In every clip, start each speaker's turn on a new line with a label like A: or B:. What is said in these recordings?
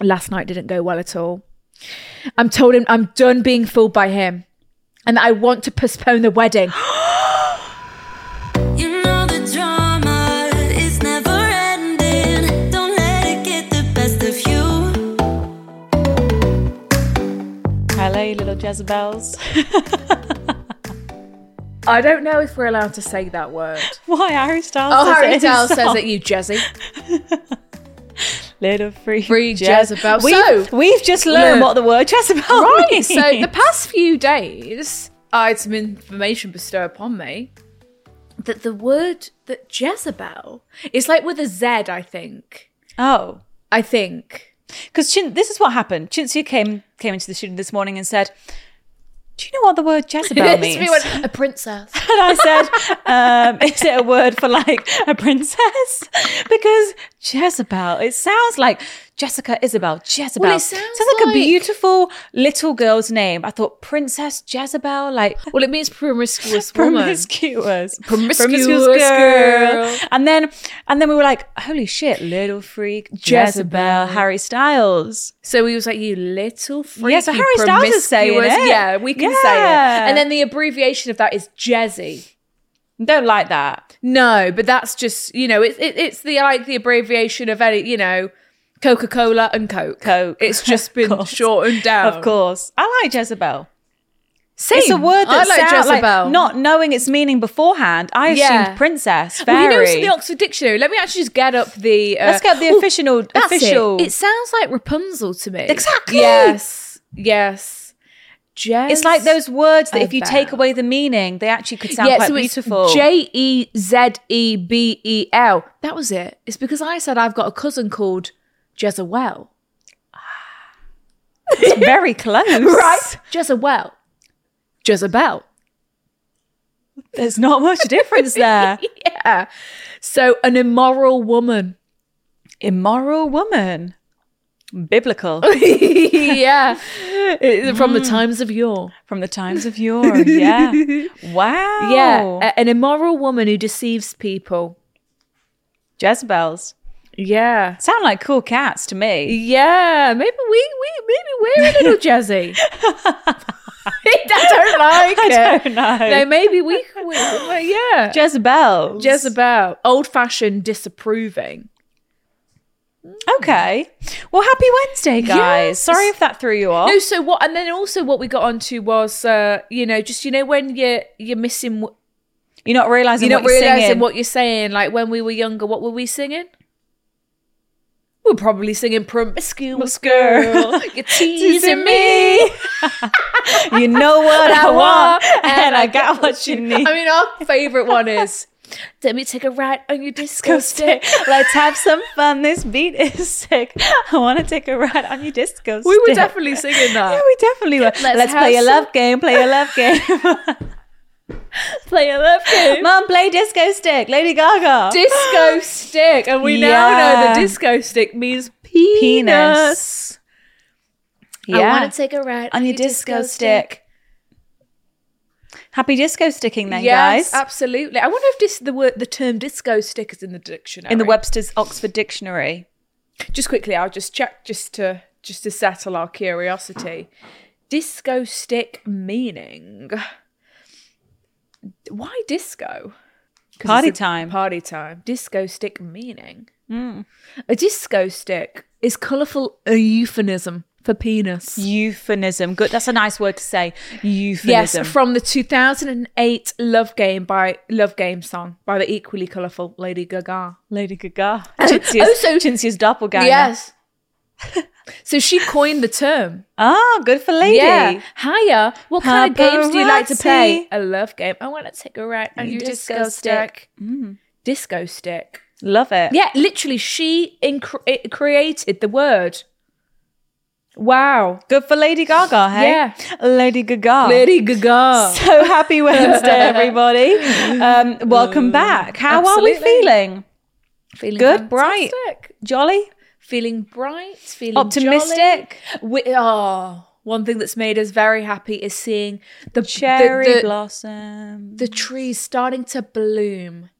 A: last night didn't go well at all. I'm told him I'm done being fooled by him and that I want to postpone the wedding.
B: You know the drama is never ending. Don't let it get the best of you.
C: Hello, little Jezebels.
A: I don't know if we're allowed to say that word.
C: Why Harry Styles?
A: Oh,
C: says it
A: Harry Styles says
C: himself.
A: it, you Jezzy.
C: Little free,
A: Free
C: Jez-
A: Jezebel.
C: We've,
A: So-
C: we've just learned
A: Look.
C: what the word Jezebel
A: right.
C: means.
A: So the past few days, I had some information bestowed upon me that the word that Jezebel is like with a Z, I think.
C: oh,
A: I think.
C: because Chin- this is what happened. Chintzia came came into the studio this morning and said, "Do you know what the word Jezebel means?"
A: We went, a princess.
C: and I said, um, "Is it a word for like a princess?" Because Jezebel, it sounds like Jessica Isabel. Jezebel
A: Well, it sounds
C: like, a
A: like-
C: beautiful little girl's name. I thought Princess Jezebel, like
A: Well, it means promiscuous woman.
C: promiscuous,
A: Promiscuous girl.
C: And then, and then we were like, "Holy shit, little freak Jezebel,
A: Jezebel.
C: Harry Styles."
A: So he was like, "You little freaky,
C: Yeah, so Harry Styles is saying
A: promiscuous-"
C: it.
A: Yeah, we can say
C: Yeah.
A: it. And then the abbreviation of that is Jezzy.
C: Don't like that.
A: No, but that's just you know, it's it, it's the like the abbreviation of any you know, Coca Cola and Coke.
C: Coke.
A: It's just
C: Of
A: been
C: course.
A: shortened down.
C: Of course, I like Jezebel.
A: Same.
C: It's a word that
A: I like
C: sound- like,
A: Jezebel.
C: not knowing its meaning beforehand. I assumed
A: Yeah.
C: princess,
A: Well, you know,
C: fairy.
A: it's in the Oxford Dictionary. Let me actually just get up the. Uh,
C: Let's get the
A: Ooh,
C: official.
A: that's it.
C: official.
A: It. sounds like Rapunzel to me.
C: Exactly.
A: Yes. Yes. Jez-
C: It's like those words that if you take
A: Jezebel.
C: away the meaning, they actually could sound quite beautiful.
A: J E Z E B E L. That was it. It's because I said I've got a cousin called Jezebel.
C: it's very close,
A: Jezebel. Jezebel.
C: There's not much difference there.
A: Yeah. So an immoral woman.
C: Immoral woman, biblical
A: yeah. Mm. It- From the times of yore.
C: from the times of yore. Yeah. Wow.
A: Yeah. uh, a- an immoral woman who deceives people.
C: Jezebels
A: Yeah.
C: sound like cool cats to me.
A: Yeah. Maybe we, we maybe we're a little Jezzy. I don't like it.
C: I don't know.
A: No, maybe we, we well, yeah.
C: Jezebels.
A: Jezebel, old fashioned disapproving.
C: Okay. Well, happy Wednesday, guys.
A: Yes.
C: Sorry if that threw you off.
A: No, so what? And then also what we got onto was, uh, you know, just you know when you're you're missing, wh-
C: You're not realizing
A: you're not
C: what you're
A: realizing
C: singing.
A: what you're saying. Like when we were younger, what were we singing? We're probably singing promiscuous
C: Girl.
A: girl. You're teasing me.
C: you know what I want,
A: and
C: and
A: I
C: I got what you need.
A: I mean, our favorite one is. Let me take a ride on your disco
C: Go
A: stick.
C: stick. Let's have some fun. This beat is sick. I want to take a ride on your disco.
A: We were
C: stick.
A: definitely singing that.
C: Yeah, we definitely were. Let's,
A: have
C: play a
A: some-
C: love game. Play a love game.
A: play a love game.
C: Mom, play disco stick. Lady Gaga.
A: disco stick, and we now know
C: Yeah.
A: the disco stick means penis.
C: Penis.
A: I
C: Yeah.
A: want to take a ride
C: on your disco stick. Happy disco sticking, then,
A: Yes,
C: guys.
A: absolutely. I wonder if this the word the term disco stick is in the dictionary.
C: in the Webster's Oxford Dictionary.
A: Just quickly, I'll just check just to just to settle our curiosity. Disco stick meaning. Why disco? 'Cause
C: Party
A: it's a
C: time. Hmm.
A: Party time. Disco stick meaning. A disco stick is colourful a euphemism for penis.
C: Euphemism. Good. That's a nice word to say.
A: Yes,
C: Euphemism.
A: from the 2008 Love Game by Love Game song by the equally colourful Lady Gaga.
C: Lady Gaga. Chinzia's,
A: also-
C: Chinzia's doppelganger.
A: Yes. so she coined the term.
C: Oh, good for lady.
A: Yeah. Hiya. What kind of games do you like to play?
C: Paparazzi.
A: A love game. I want to take a ride on your disco,
C: disco
A: stick. Disco stick.
C: Love it.
A: Yeah, literally, she incre- it created the word. Wow.
C: Good for Lady Gaga, hey?
A: Yeah.
C: Lady Gaga.
A: Lady Gaga.
C: So happy Wednesday, everybody. Um, welcome back. How are we
A: Mm, Absolutely.
C: feeling?
A: Feeling
C: Good, bright.
A: fantastic.
C: Jolly?
A: Feeling bright. Feeling
C: Optimistic?
A: jolly. We, oh, one thing that's made us very happy is seeing the the-
C: Cherry
A: the,
C: blossom.
A: the trees starting to bloom.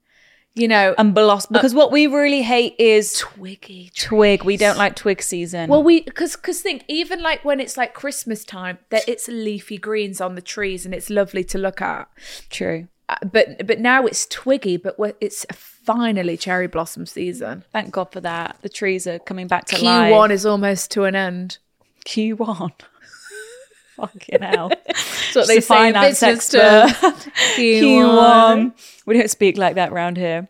A: You know,
C: and blossom.
A: Uh,
C: Because what we really hate is
A: twiggy.
C: twig. We don't like twig season.
A: Well, we because because think even like when it's like Christmas time, that it's leafy greens on the trees and it's lovely to look at.
C: true.
A: Uh, But but now it's twiggy, but we're, it's finally cherry blossom season.
C: Thank God for that. The trees are coming back to life.
A: Q one is almost to an end.
C: Q1. Fucking hell. That's
A: what they say in business
C: Q1. We don't speak like that round here.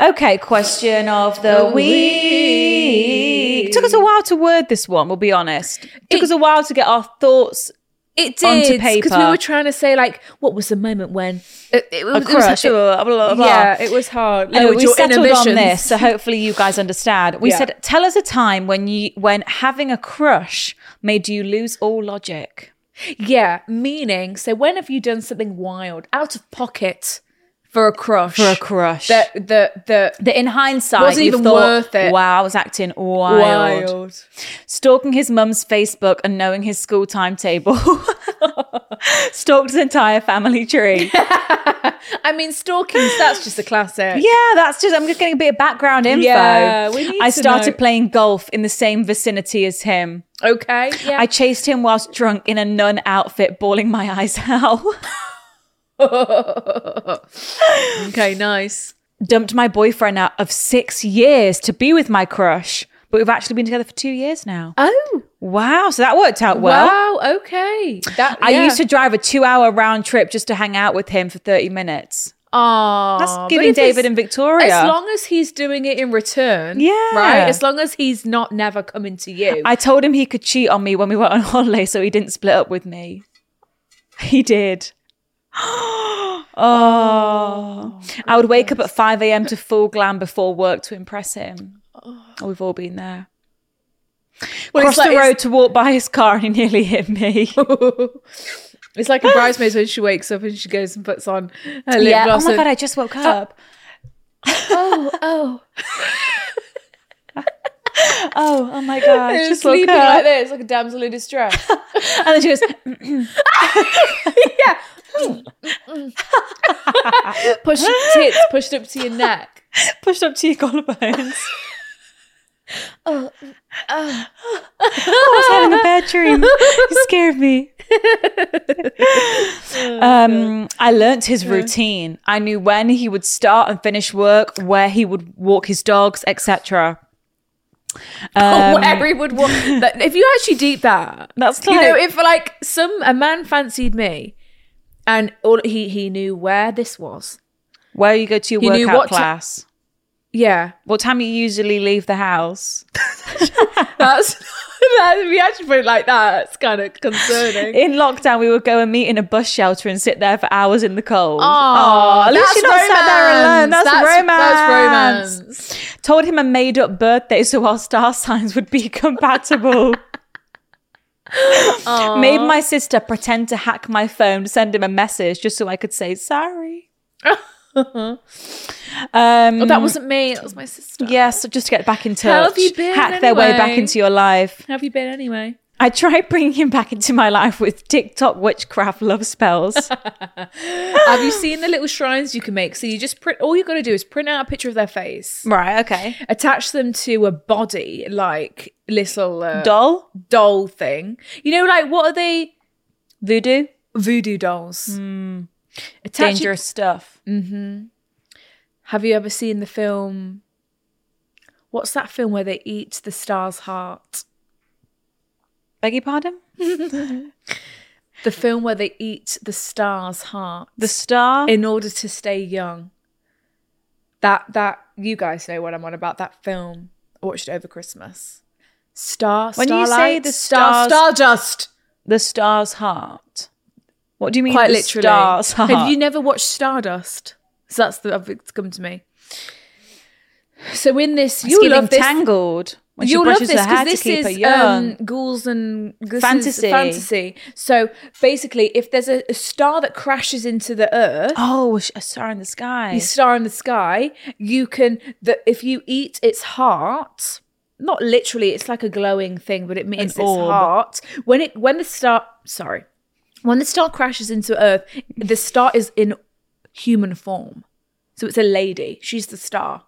C: Okay, question of the, week. Took us a while to word this one, we'll be honest. Took
A: It-
C: us a while to get our thoughts.
A: It
C: Onto
A: did because we
C: paper.
A: were trying to say like, what was the moment when uh, it, it was
C: A crush,
A: It was,
C: blah, blah, blah.
A: yeah, it was hard.
C: Anyway,
A: Lowered
C: we
A: your
C: settled on this,
A: inhibitions.
C: so hopefully you guys understand. We
A: Yeah.
C: said, tell us a time when you when having a crush made you lose all logic.
A: Yeah, meaning. So when have you done something wild, out of pocket, for a crush?
C: For a crush.
A: That the the
C: That in hindsight
A: Wasn't
C: you've
A: even
C: thought,
A: worth it.
C: Wow, I was acting wild. Stalking his mum's Facebook and knowing his school timetable. Stalked his entire family tree.
A: I mean, stalkings. That's just a classic.
C: yeah, that's just, I'm just getting a bit of background info.
A: Yeah, we need
C: I
A: to
C: started
A: know.
C: playing golf in the same vicinity as him.
A: Okay. Yeah.
C: I chased him whilst drunk in a nun outfit, bawling my eyes out.
A: okay. Nice.
C: Dumped my boyfriend out of six years to be with my crush. But we've actually been together for two years now.
A: Oh.
C: Wow, so that worked out well.
A: wow. Okay. That.
C: I
A: yeah.
C: used to drive a two hour round trip just to hang out with him for 30 minutes.
A: Aw,
C: That's
A: but
C: giving
A: if
C: David
A: it's-
C: and Victoria.
A: As long as he's doing it in return.
C: Yeah.
A: Right. As long as he's not never coming to you.
C: I told him he could cheat on me when we went on holiday, so he didn't split up with me. He did. oh, I would wake up at 5 a.m. to full glam before work to impress him. We've all been there.
A: Oh. Well,
C: Crossed
A: it's like-
C: the road to walk by his car and he nearly hit me.
A: It's like a bridesmaid when she wakes up and she goes and puts on her lip
C: Yeah.
A: gloss.
C: Oh my
A: and-
C: god, I just woke up.
A: oh, oh.
C: Oh, oh my god, I
A: And
C: just woke
A: sleeping
C: up.
A: like this, like a damsel in distress.
C: And then she goes,
A: pushed up tits, pushed up to your neck.
C: pushed up to your collarbones. I was having a bad dream. You scared me.
A: Oh,
C: um, I learnt his routine. I knew when he would start and finish work, where he would walk his dogs, etc.
A: Oh, Where he would walk. That- if you actually deep that,
C: That's
A: you know,
C: like-
A: if like some a man fancied me, and all he he knew where this was.
C: Where you go to your
A: He knew
C: workout
A: what ti-
C: class.
A: Yeah,
C: what time you usually leave the house.
A: that's that. If you actually put it like that, it's kind of concerning.
C: In lockdown, we would go and meet in a bus shelter and sit there for hours in the cold.
A: Aw,
C: Aw, at least
A: that's
C: you're not sat there alone. That's, romance.
A: that's romance.
C: Told him a made up birthday so our star signs would be compatible. Made my sister pretend to hack my phone to send him a message just so I could say sorry. um,
A: Oh, that wasn't me. That was my sister.
C: yes, just to get back in touch.
A: How have you been
C: hack their way back
A: anyway?
C: into your life.
A: How have you been anyway?
C: I tried bringing him back into my life with TikTok witchcraft love spells.
A: Have you seen the little shrines you can make? So you just print. All you got to do is print out a picture of their face,
C: right, okay.
A: attach them to a body, like little uh,
C: Doll,
A: doll thing. You know, like what are they?
C: voodoo, Hmm.
A: Voodoo dolls. Attach it-
C: dangerous stuff.
A: Have you ever seen the film? What's that film where they eat the star's heart?
C: Beg your pardon?
A: The film where they eat the star's heart
C: The star.
A: in order to stay young. That that you guys know what I'm on about. That film I watched it over Christmas. Star.
C: When you say
A: starlight,
C: the
A: star,
C: stars-
A: stardust.
C: the star's heart. What do you mean?
A: Quite
C: the
A: literally.
C: Star's heart?
A: Have you never watched Stardust? So that's the uh, it's come to me. So in this,
C: It's
A: you
C: getting
A: love this.
C: tangled when
A: You'll
C: she
A: love
C: brushes
A: this
C: her hair
A: because this
C: to keep her
A: is
C: young.
A: um, ghouls and this is
C: Fantasy.
A: fantasy. So basically, if there's a, a star that crashes into the earth,
C: oh, a sh- a star in the sky.
A: the star in the sky, you can that if you eat its heart, not literally, it's like a glowing thing, but it means its
C: orb.
A: heart. When it when the star sorry. When the star crashes into Earth, the star is in human form. So it's a lady. She's the star.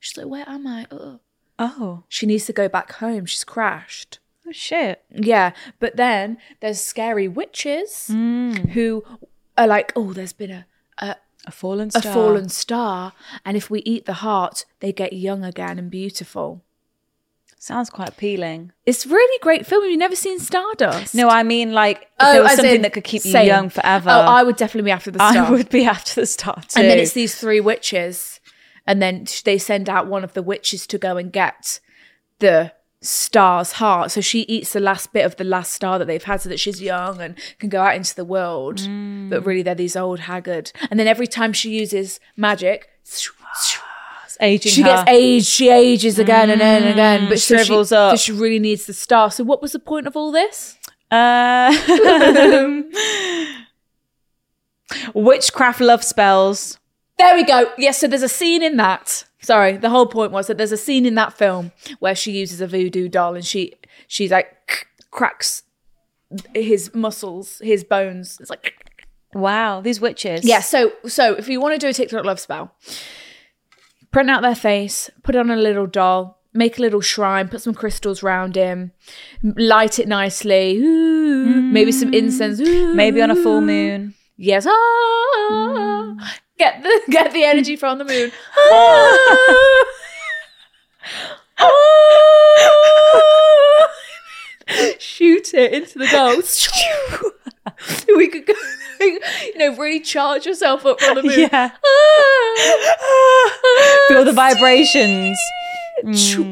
A: She's like, where am I? Oh.
C: oh,
A: She needs to go back home. She's crashed.
C: oh shit.
A: Yeah, but then there's scary witches who are like, oh, there's been a, a
C: A fallen
A: a
C: star.
A: fallen star, and if we eat the heart, they get young again and beautiful.
C: Sounds quite appealing.
A: It's really great film. You've never seen Stardust?
C: No, I mean like if there was
A: Oh, as
C: something
A: in-
C: that could keep you
A: same.
C: young forever.
A: Oh, I would definitely be after the star.
C: I would be after the star too.
A: And then it's these three witches, and then sh- they send out one of the witches to go and get the star's heart. So she eats the last bit of the last star that they've had, so that she's young and can go out into the world. But
C: Mm.
A: really, they're these old haggard. And then every time she uses magic.
C: It's aging
A: she Mm,
C: her.
A: gets aged. She ages again and again and again. But so
C: shrivels
A: she,
C: up.
A: So she really needs the star. So what was the point of all this?
C: Um, witchcraft love spells.
A: There we go. Yes. so there's a scene in that. Sorry, the whole point was that there's a scene in that film where she uses a voodoo doll and she she's like cracks his muscles, his bones. It's like
C: Wow, these witches.
A: yeah. So so if you want to do a TikTok love spell, print out their face, put it on a little doll, make a little shrine, put some crystals round him, light it nicely. Ooh, Maybe some incense. Ooh.
C: Mm. Maybe on a full
A: Mm.
C: moon.
A: Yes. Ah. Get the get the energy from the moon. Ah. Shoot it into the doll. we could go, you know, really charge yourself up from the moon.
C: Yeah. Ah. Feel the vibrations.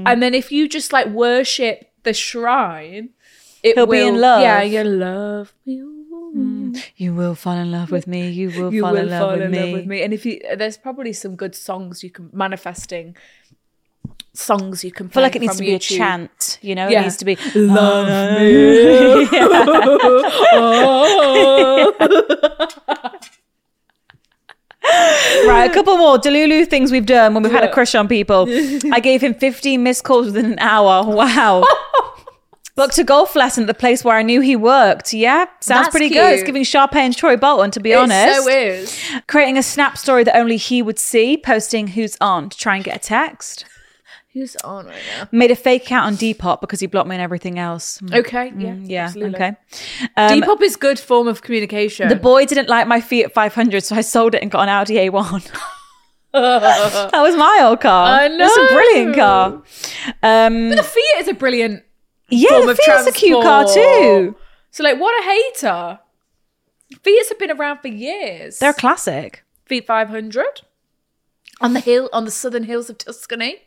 A: And then if you just like worship the shrine, it
C: He'll
A: will
C: be in love.
A: Yeah, you love you.
C: You will fall in love with me. You will
A: you
C: fall
A: will
C: in love
A: fall
C: with
A: in
C: me.
A: love with me. And if you, there's probably some good songs you can manifesting songs you can.
C: I feel
A: Play
C: like it needs to
A: from
C: be a
A: YouTube.
C: chant, you know?
A: Yeah.
C: It needs to be
A: Love me. Oh.
C: Right, a couple more Delulu things we've done when we've had a crush on people. I gave him 15 missed calls within an hour. Wow. Booked a golf lesson at the place where I knew he worked. Yeah, sounds
A: That's
C: pretty good. It's
A: cute.
C: giving Sharpay and Troy Bolton, to be
A: It
C: honest.
A: so is.
C: Creating a snap story that only he would see, posting who's on to try and get a text.
A: Who's on right now?
C: Made a fake account on Depop because he blocked me on everything else. Mm,
A: Okay. Yeah.
C: Yeah,
A: Oh, absolutely.
C: okay. Um,
A: Depop is good form of communication.
C: The boy didn't like my fee at 500, so I sold it and got an Audi A1. that was my old car.
A: I
C: That's a
A: know.
C: brilliant car. Um,
A: the Fiat is a brilliant.
C: yeah,
A: form
C: the
A: of
C: Fiat's a cute car too.
A: transport. So like, what a hater. Fiat's have been around for years.
C: They're a classic.
A: Fiat 500 on the hill on the southern hills of Tuscany.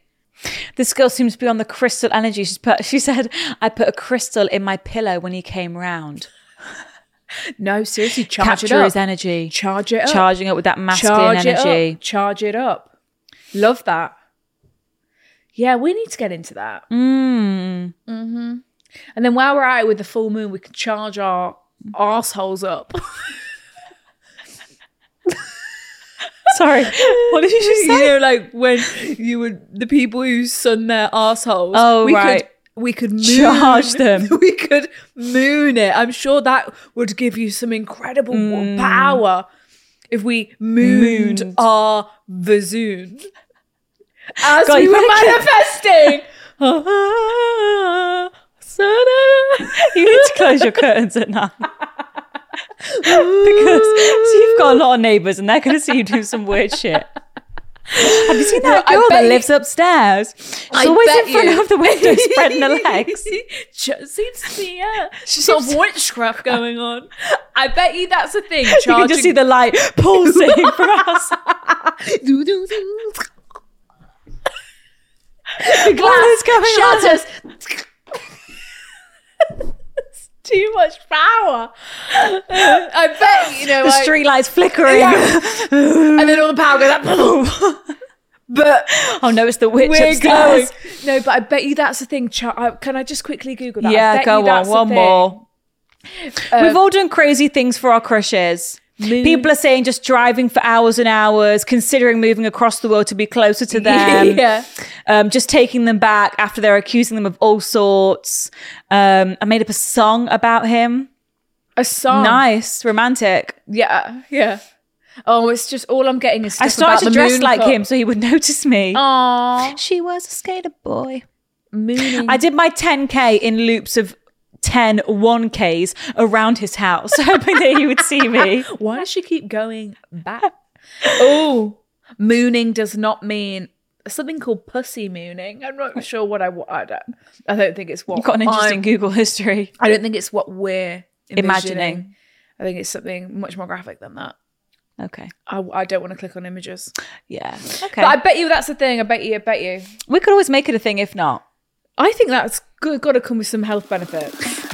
C: This girl seems to be on the crystal energy. She's put, she said, I put a crystal in my pillow when he came round.
A: No, seriously, charge
C: Capture his
A: it up.
C: energy.
A: Charge it up.
C: Charging up with that masculine
A: Charge It
C: energy.
A: up. Charge it up. Love that. Yeah, we need to get into that.
C: Mm.
A: And then while we're out with the full moon, we can charge our assholes up.
C: Sorry. what did you just
A: you
C: say?
A: know, like when you would the people who sun their assholes.
C: Oh,
A: we
C: right.
A: Could, we could moon,
C: Charge them.
A: We could moon it. I'm sure that would give you some incredible power if we mooned,
C: Mm. Mooned.
A: our vazoon as
C: God,
A: we
C: you
A: were
C: better get-
A: manifesting.
C: you need to close your curtains at night. because you've got a lot of neighbours and they're going to see you do some weird shit. Have you seen that
A: I
C: girl
A: bet
C: that
A: you-
C: lives upstairs? She's
A: I
C: always
A: bet
C: in front
A: you.
C: of the window spreading her legs.
A: Just seems to be yeah. Some witchcraft going on. I bet you that's a thing. Charging.
C: You can just see the light pulsing for us.
A: the
C: is going on?
A: shutters. It's Too much power. I bet you know.
C: The
A: I-
C: street lights flickering.
A: and then all the power goes up. but
C: Oh no, it's the witch
A: we're going.
C: upstairs.
A: No, but I bet you that's the thing. Char- I- Can I just quickly Google that? I
C: Yeah,
A: bet
C: go
A: you
C: on,
A: that's the
C: one
A: thing. Uh,
C: more. We've all done crazy things for our crushes. People are saying just driving for hours and hours, considering moving across the world to be closer to them.
A: yeah.
C: um, just taking them back after they're accusing them of all sorts. Um, I made up a song about him.
A: A
C: Oh.
A: song.
C: Nice, romantic.
A: Yeah, yeah. Oh, it's just all I'm getting is stuff
C: I
A: about
C: started to
A: the
C: dress
A: moon
C: like
A: cup.
C: him so he would notice me.
A: Aw,
C: Oh. She was a skater boy.
A: mooning.
C: I did my 10K in loops of 10 1Ks around his house, hoping that he would see me.
A: Why does she keep going back? oh, mooning does not mean something called pussy mooning. I'm not sure what I want. I don't, I don't think it's what
C: You've got an interesting
A: I'm-
C: Google history.
A: I don't think it's what we're
C: Imagining.
A: imagining. I think it's something much more graphic than that.
C: Okay.
A: I, I don't want to click on images.
C: Yeah. Okay.
A: But I bet you that's the thing. I bet you. I bet you.
C: we could always make it a thing if not.
A: I think that's good. Got to come with some health benefits.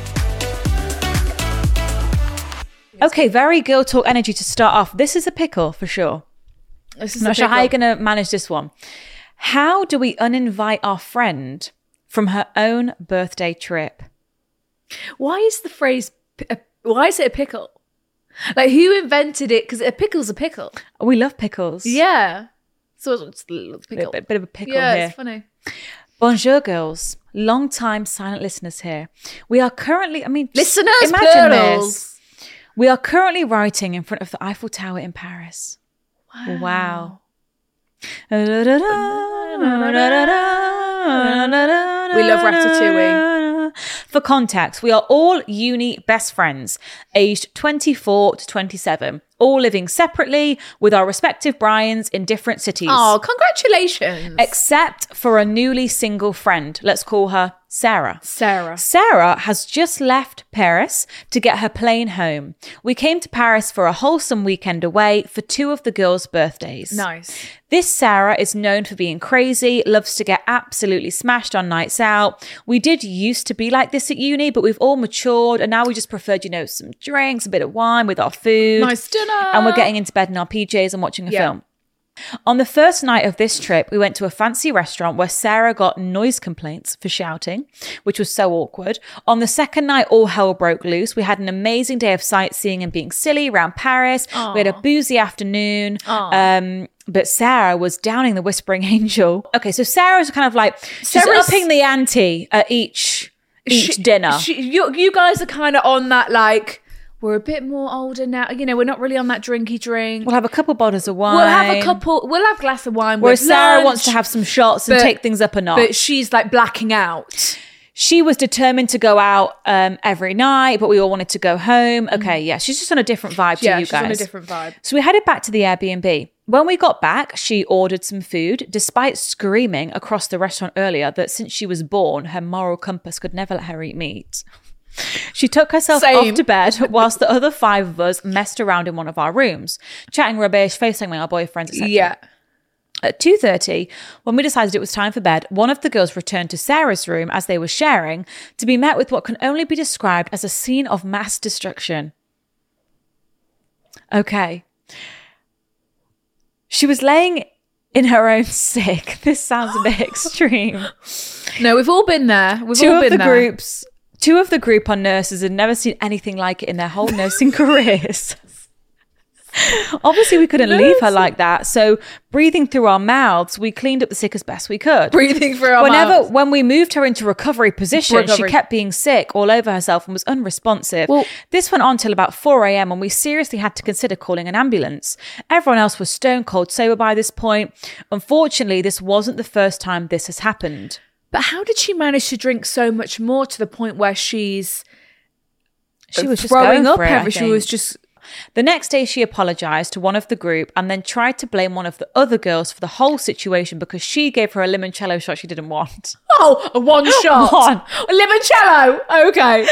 C: Okay, very girl talk energy to start off. This is a pickle for sure.
A: This is
C: I'm
A: a
C: not sure
A: big
C: how you're
A: one.
C: going to manage this one. How do we uninvite our friend from her own birthday trip?
A: Why is the phrase? p- a- Why is it a pickle? Like who invented it? Because a pickle's a pickle.
C: We love pickles.
A: Yeah. So it's- it's a little
C: Bit,
A: pickle.
C: bit, bit of a pickle
A: yeah,
C: here.
A: it's funny.
C: Bonjour, girls. Long time silent listeners here. We are currently, I mean, just
A: Listeners,
C: imagine
A: plurals.
C: this. We are currently writing in front of the Eiffel Tower in Paris. Wow. We love
A: Ratatouille.
C: For context, we are all uni best friends, aged 24 to 27, all living separately with our respective Brians in different cities.
A: Oh, congratulations,
C: Except for a newly single friend. Let's call her Sarah.
A: Sarah.
C: Sarah has just left Paris to get her plane home. We came to Paris for a wholesome weekend away for two of the girls' birthdays.
A: Nice.
C: This Sarah is known for being crazy, loves to get absolutely smashed on nights out. We did used to be like this at uni, but we've all matured and now we just preferred, you know, some drinks, a bit of wine with our food.
A: Nice dinner.
C: And we're getting into bed in our PJs and watching a
A: Yeah.
C: film. On the first night of this trip, we went to a fancy restaurant where Sarah got noise complaints for shouting, which was so awkward. On the second night, all hell broke loose. We had an amazing day of sightseeing and being silly around Paris. We had a boozy afternoon. Um, but Sarah was downing the Whispering Angel. Okay, so Sarah's kind of like she's
A: Sarah's-
C: upping the ante at each each
A: She-
C: dinner.
A: she- you, you guys are kind of on that like we're a bit more older now. You know, we're not really on that drinky drink.
C: we'll have a couple bottles of wine.
A: We'll have a couple. We'll have a glass of wine.
C: Whereas
A: with
C: Sarah
A: lunch,
C: wants to have some shots and
A: but-
C: take things up a notch.
A: but she's like blacking out.
C: she was determined to go out um, every night, but we all wanted to go home. Okay, yeah, she's just on a different vibe
A: Mm-hmm.
C: to
A: Yeah,
C: you
A: she's
C: guys.
A: on a different vibe.
C: So we headed back to the Airbnb. When we got back, she ordered some food, despite screaming across the restaurant earlier that since she was born, her moral compass could never let her eat meat. She took herself
A: Same.
C: off to bed whilst the other five of us messed around in one of our rooms, chatting rubbish, FaceTiming our boyfriends, etc.
A: Yeah.
C: At 2:30, when we decided it was time for bed, one of the girls returned to Sarah's room as they were sharing to be met with what can only be described as a scene of mass destruction. Okay. She was laying in her own sick. This sounds a bit extreme.
A: No, we've all been there. We've
C: Two
A: all
C: of
A: been
C: the
A: there.
C: groups, two of the group are nurses and never seen anything like it in their whole nursing careers. Obviously, we couldn't leave her like that. So, breathing through our mouths, we cleaned up the sick as best we could.
A: Breathing for our
C: Whenever,
A: mouths.
C: when we moved her into recovery position,
A: Recovery.
C: she kept being sick all over herself and was unresponsive.
A: Well-
C: this went on till about 4 a.m. and we seriously had to consider calling an ambulance. Everyone else was stone cold sober by this point. Unfortunately, this wasn't the first time this has happened.
A: But how did she manage to drink so much more to the point where she's
C: She was just
A: throwing
C: going
A: up
C: for it, I
A: every- She was
C: think.
A: just
C: The next day, she apologized to one of the group and then tried to blame one of the other girls for the whole situation because she gave her a limoncello shot she didn't want.
A: oh a one shot,
C: One.
A: a limoncello. Okay,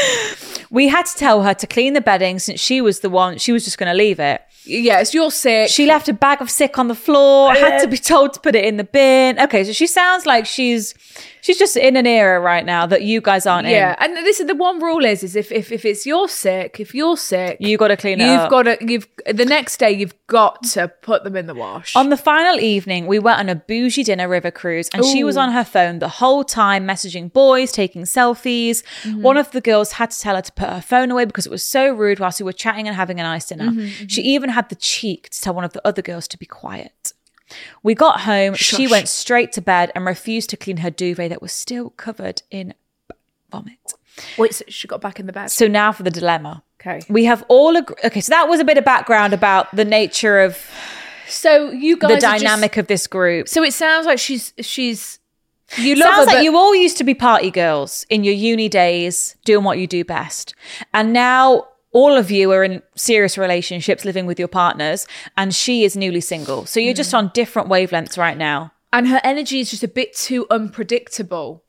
C: We had to tell her to clean the bedding since she was the one, she was just going to leave it.
A: yes, you're sick.
C: She left a bag of sick on the floor, had to be told to put it in the bin. Okay, so she sounds like she's she's just in an era right now that you guys aren't
A: yeah,
C: in.
A: and this is the one rule is is if if if it's you're sick, if you're sick,
C: You gotta clean it
A: You've
C: up.
A: got to you've the next day you've got to put them in the wash.
C: On the final evening, we went on a bougie dinner river cruise, and she was on her phone the whole time, messaging boys, taking selfies.
A: Mm-hmm.
C: One of the girls had to tell her to put her phone away because it was so rude whilst we were chatting and having a nice dinner.
A: Mm-hmm,
C: She even had the cheek to tell one of the other girls to be quiet. We got home, she
A: Shush.
C: went straight to bed and refused to clean her duvet that was still covered in b- vomit.
A: Wait, so she got back in the bed.
C: So now for the dilemma.
A: Okay.
C: We have all agreed. Okay, so that was a bit of background about the nature of
A: So you guys
C: the
A: are just-
C: dynamic of this group.
A: so it sounds like she's she's you love
C: Sounds
A: her,
C: like
A: but-
C: you all used to be party girls in your uni days, doing what you do best. And now all of you are in serious relationships, living with your partners, and she is newly single. So you're
A: Mm.
C: just on different wavelengths right now.
A: and her energy is just a bit too unpredictable.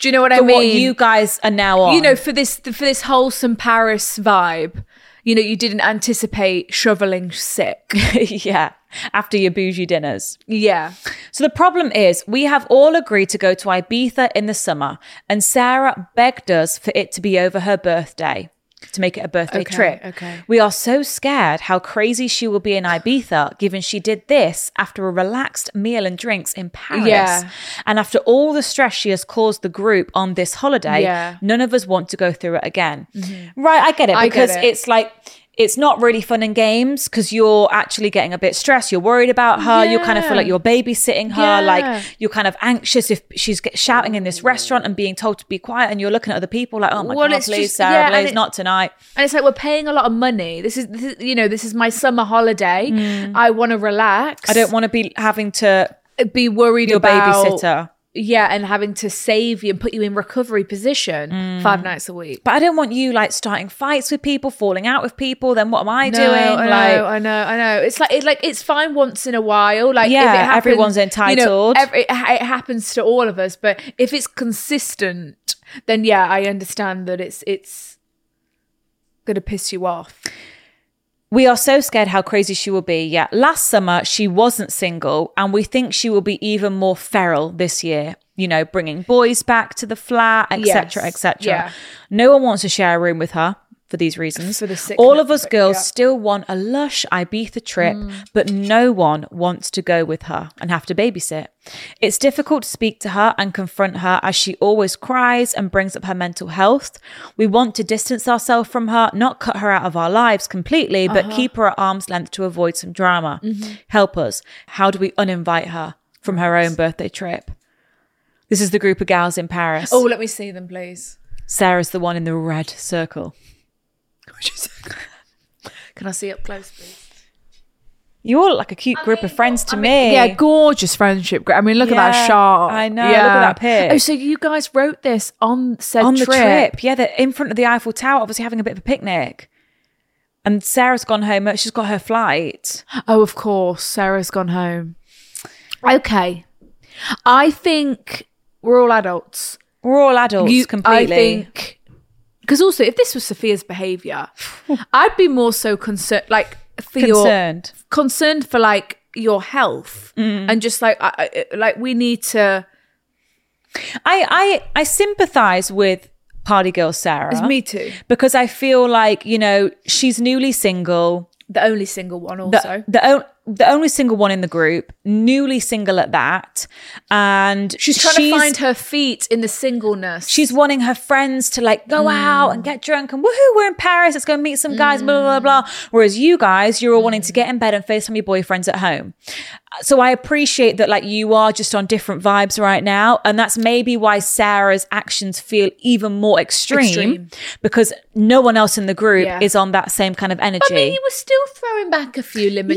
A: Do you know what I
C: For
A: mean?
C: what you guys are now on.
A: you know, for this for this wholesome Paris vibe, you know, you didn't anticipate shoveling sick.
C: yeah, after your bougie dinners.
A: yeah.
C: So the problem is, we have all agreed to go to Ibiza in the summer, and Sarah begged us for it to be over her birthday. To make it a birthday
A: Okay,
C: trip.
A: okay.
C: We are so scared how crazy she will be in Ibiza, given she did this after a relaxed meal and drinks in Paris.
A: Yeah.
C: And after all the stress she has caused the group on this holiday,
A: Yeah. Mm-hmm.
C: none of us want to go through it again. Right, I get it
A: I get
C: because
A: it.
C: it's like it's not really fun and games because you're actually getting a bit stressed. You're worried about her. You kind of feel
A: Yeah.
C: like you're babysitting her.
A: Yeah.
C: Like you're kind of anxious if she's get, shouting in this restaurant and being told to be quiet, and you're looking at other people like, "Oh my
A: Well,
C: god,
A: it's
C: please,
A: just-
C: Sarah,
A: yeah, and
C: please,
A: it-
C: not tonight."
A: And it's like we're paying a lot of money. This is, this is you know, this is my summer holiday. I want to relax.
C: Mm. I don't want to be having to
A: to be worried
C: your
A: about
C: babysitter,
A: Yeah, and having to save you and put you in recovery position
C: Mm.
A: five nights a week.
C: but I don't want you like starting fights with people, falling out with people. Then what am I doing?
A: I know,
C: like,
A: I know, I know. It's like it, like it's fine once in a while. Like if it
C: Yeah,
A: happens-
C: everyone's
A: you know,
C: entitled.
A: every- it, ha- it happens to all of us, but if it's consistent, then yeah, I understand that it's it's gonna piss you off.
C: We are so scared how crazy she will be. Yeah. Last summer, she wasn't single, and we think she will be even more feral this year, you know, bringing boys back to the flat, etc.,
A: Yes.
C: etc.
A: Yeah.
C: No one wants to share a room with her for these reasons.
A: For the sickness
C: All of us
A: of it,
C: girls
A: yeah. Mm.
C: still want a lush Ibiza trip, but no one wants to go with her and have to babysit. It's difficult to speak to her and confront her as she always cries and brings up her mental health. We want to distance ourselves from her, not cut her out of our lives completely, but
A: Uh-huh.
C: keep her at arm's length to avoid some drama.
A: Mm-hmm.
C: Help us. How do we uninvite her from her own birthday trip? This is the group of gals in Paris.
A: Oh, let me see them, please.
C: Sarah's the one in the red circle.
A: Can I see up close, please?
C: You all look like a cute group of friends to me.
A: Yeah, gorgeous friendship. gr- I mean, look at
C: Yeah,
A: that shark.
C: I know, look at that pic.
A: Oh, so you guys wrote this on said
C: on the trip. Yeah, they're in front of the Eiffel Tower, obviously having a bit of a picnic. And Sarah's gone home. uh, She's got her flight.
A: Oh, of course. Sarah's gone home. Okay. I think we're all adults.
C: We're all adults
A: You-
C: completely.
A: I think. Because also, if this was Sophia's behavior, I'd be more so concerned, like, for your.
C: concerned.
A: Concerned for, like, your health.
C: Mm.
A: And just like, I, I, like, we need to.
C: I I I sympathise with party girl Sarah.
A: It's me too.
C: because I feel like you know she's newly single.
A: The only single one,
C: The,
A: also.
C: the on- the only single one in the group, newly single at that, and
A: She's trying to find her feet in the singleness.
C: She's wanting her friends to like go
A: Mm.
C: out and get drunk and woohoo, we're in Paris, let's go meet some guys, blah, blah, blah, blah.
A: Mm.
C: Whereas you guys, you're all wanting to get in bed and FaceTime your boyfriends at home. So I appreciate that like you are just on different vibes right now. And that's maybe why Sarah's actions feel even more extreme,
A: Extreme.
C: because no one else in the group
A: Yeah.
C: is on that same kind of energy.
A: I mean, you were still throwing back a few limoncellos.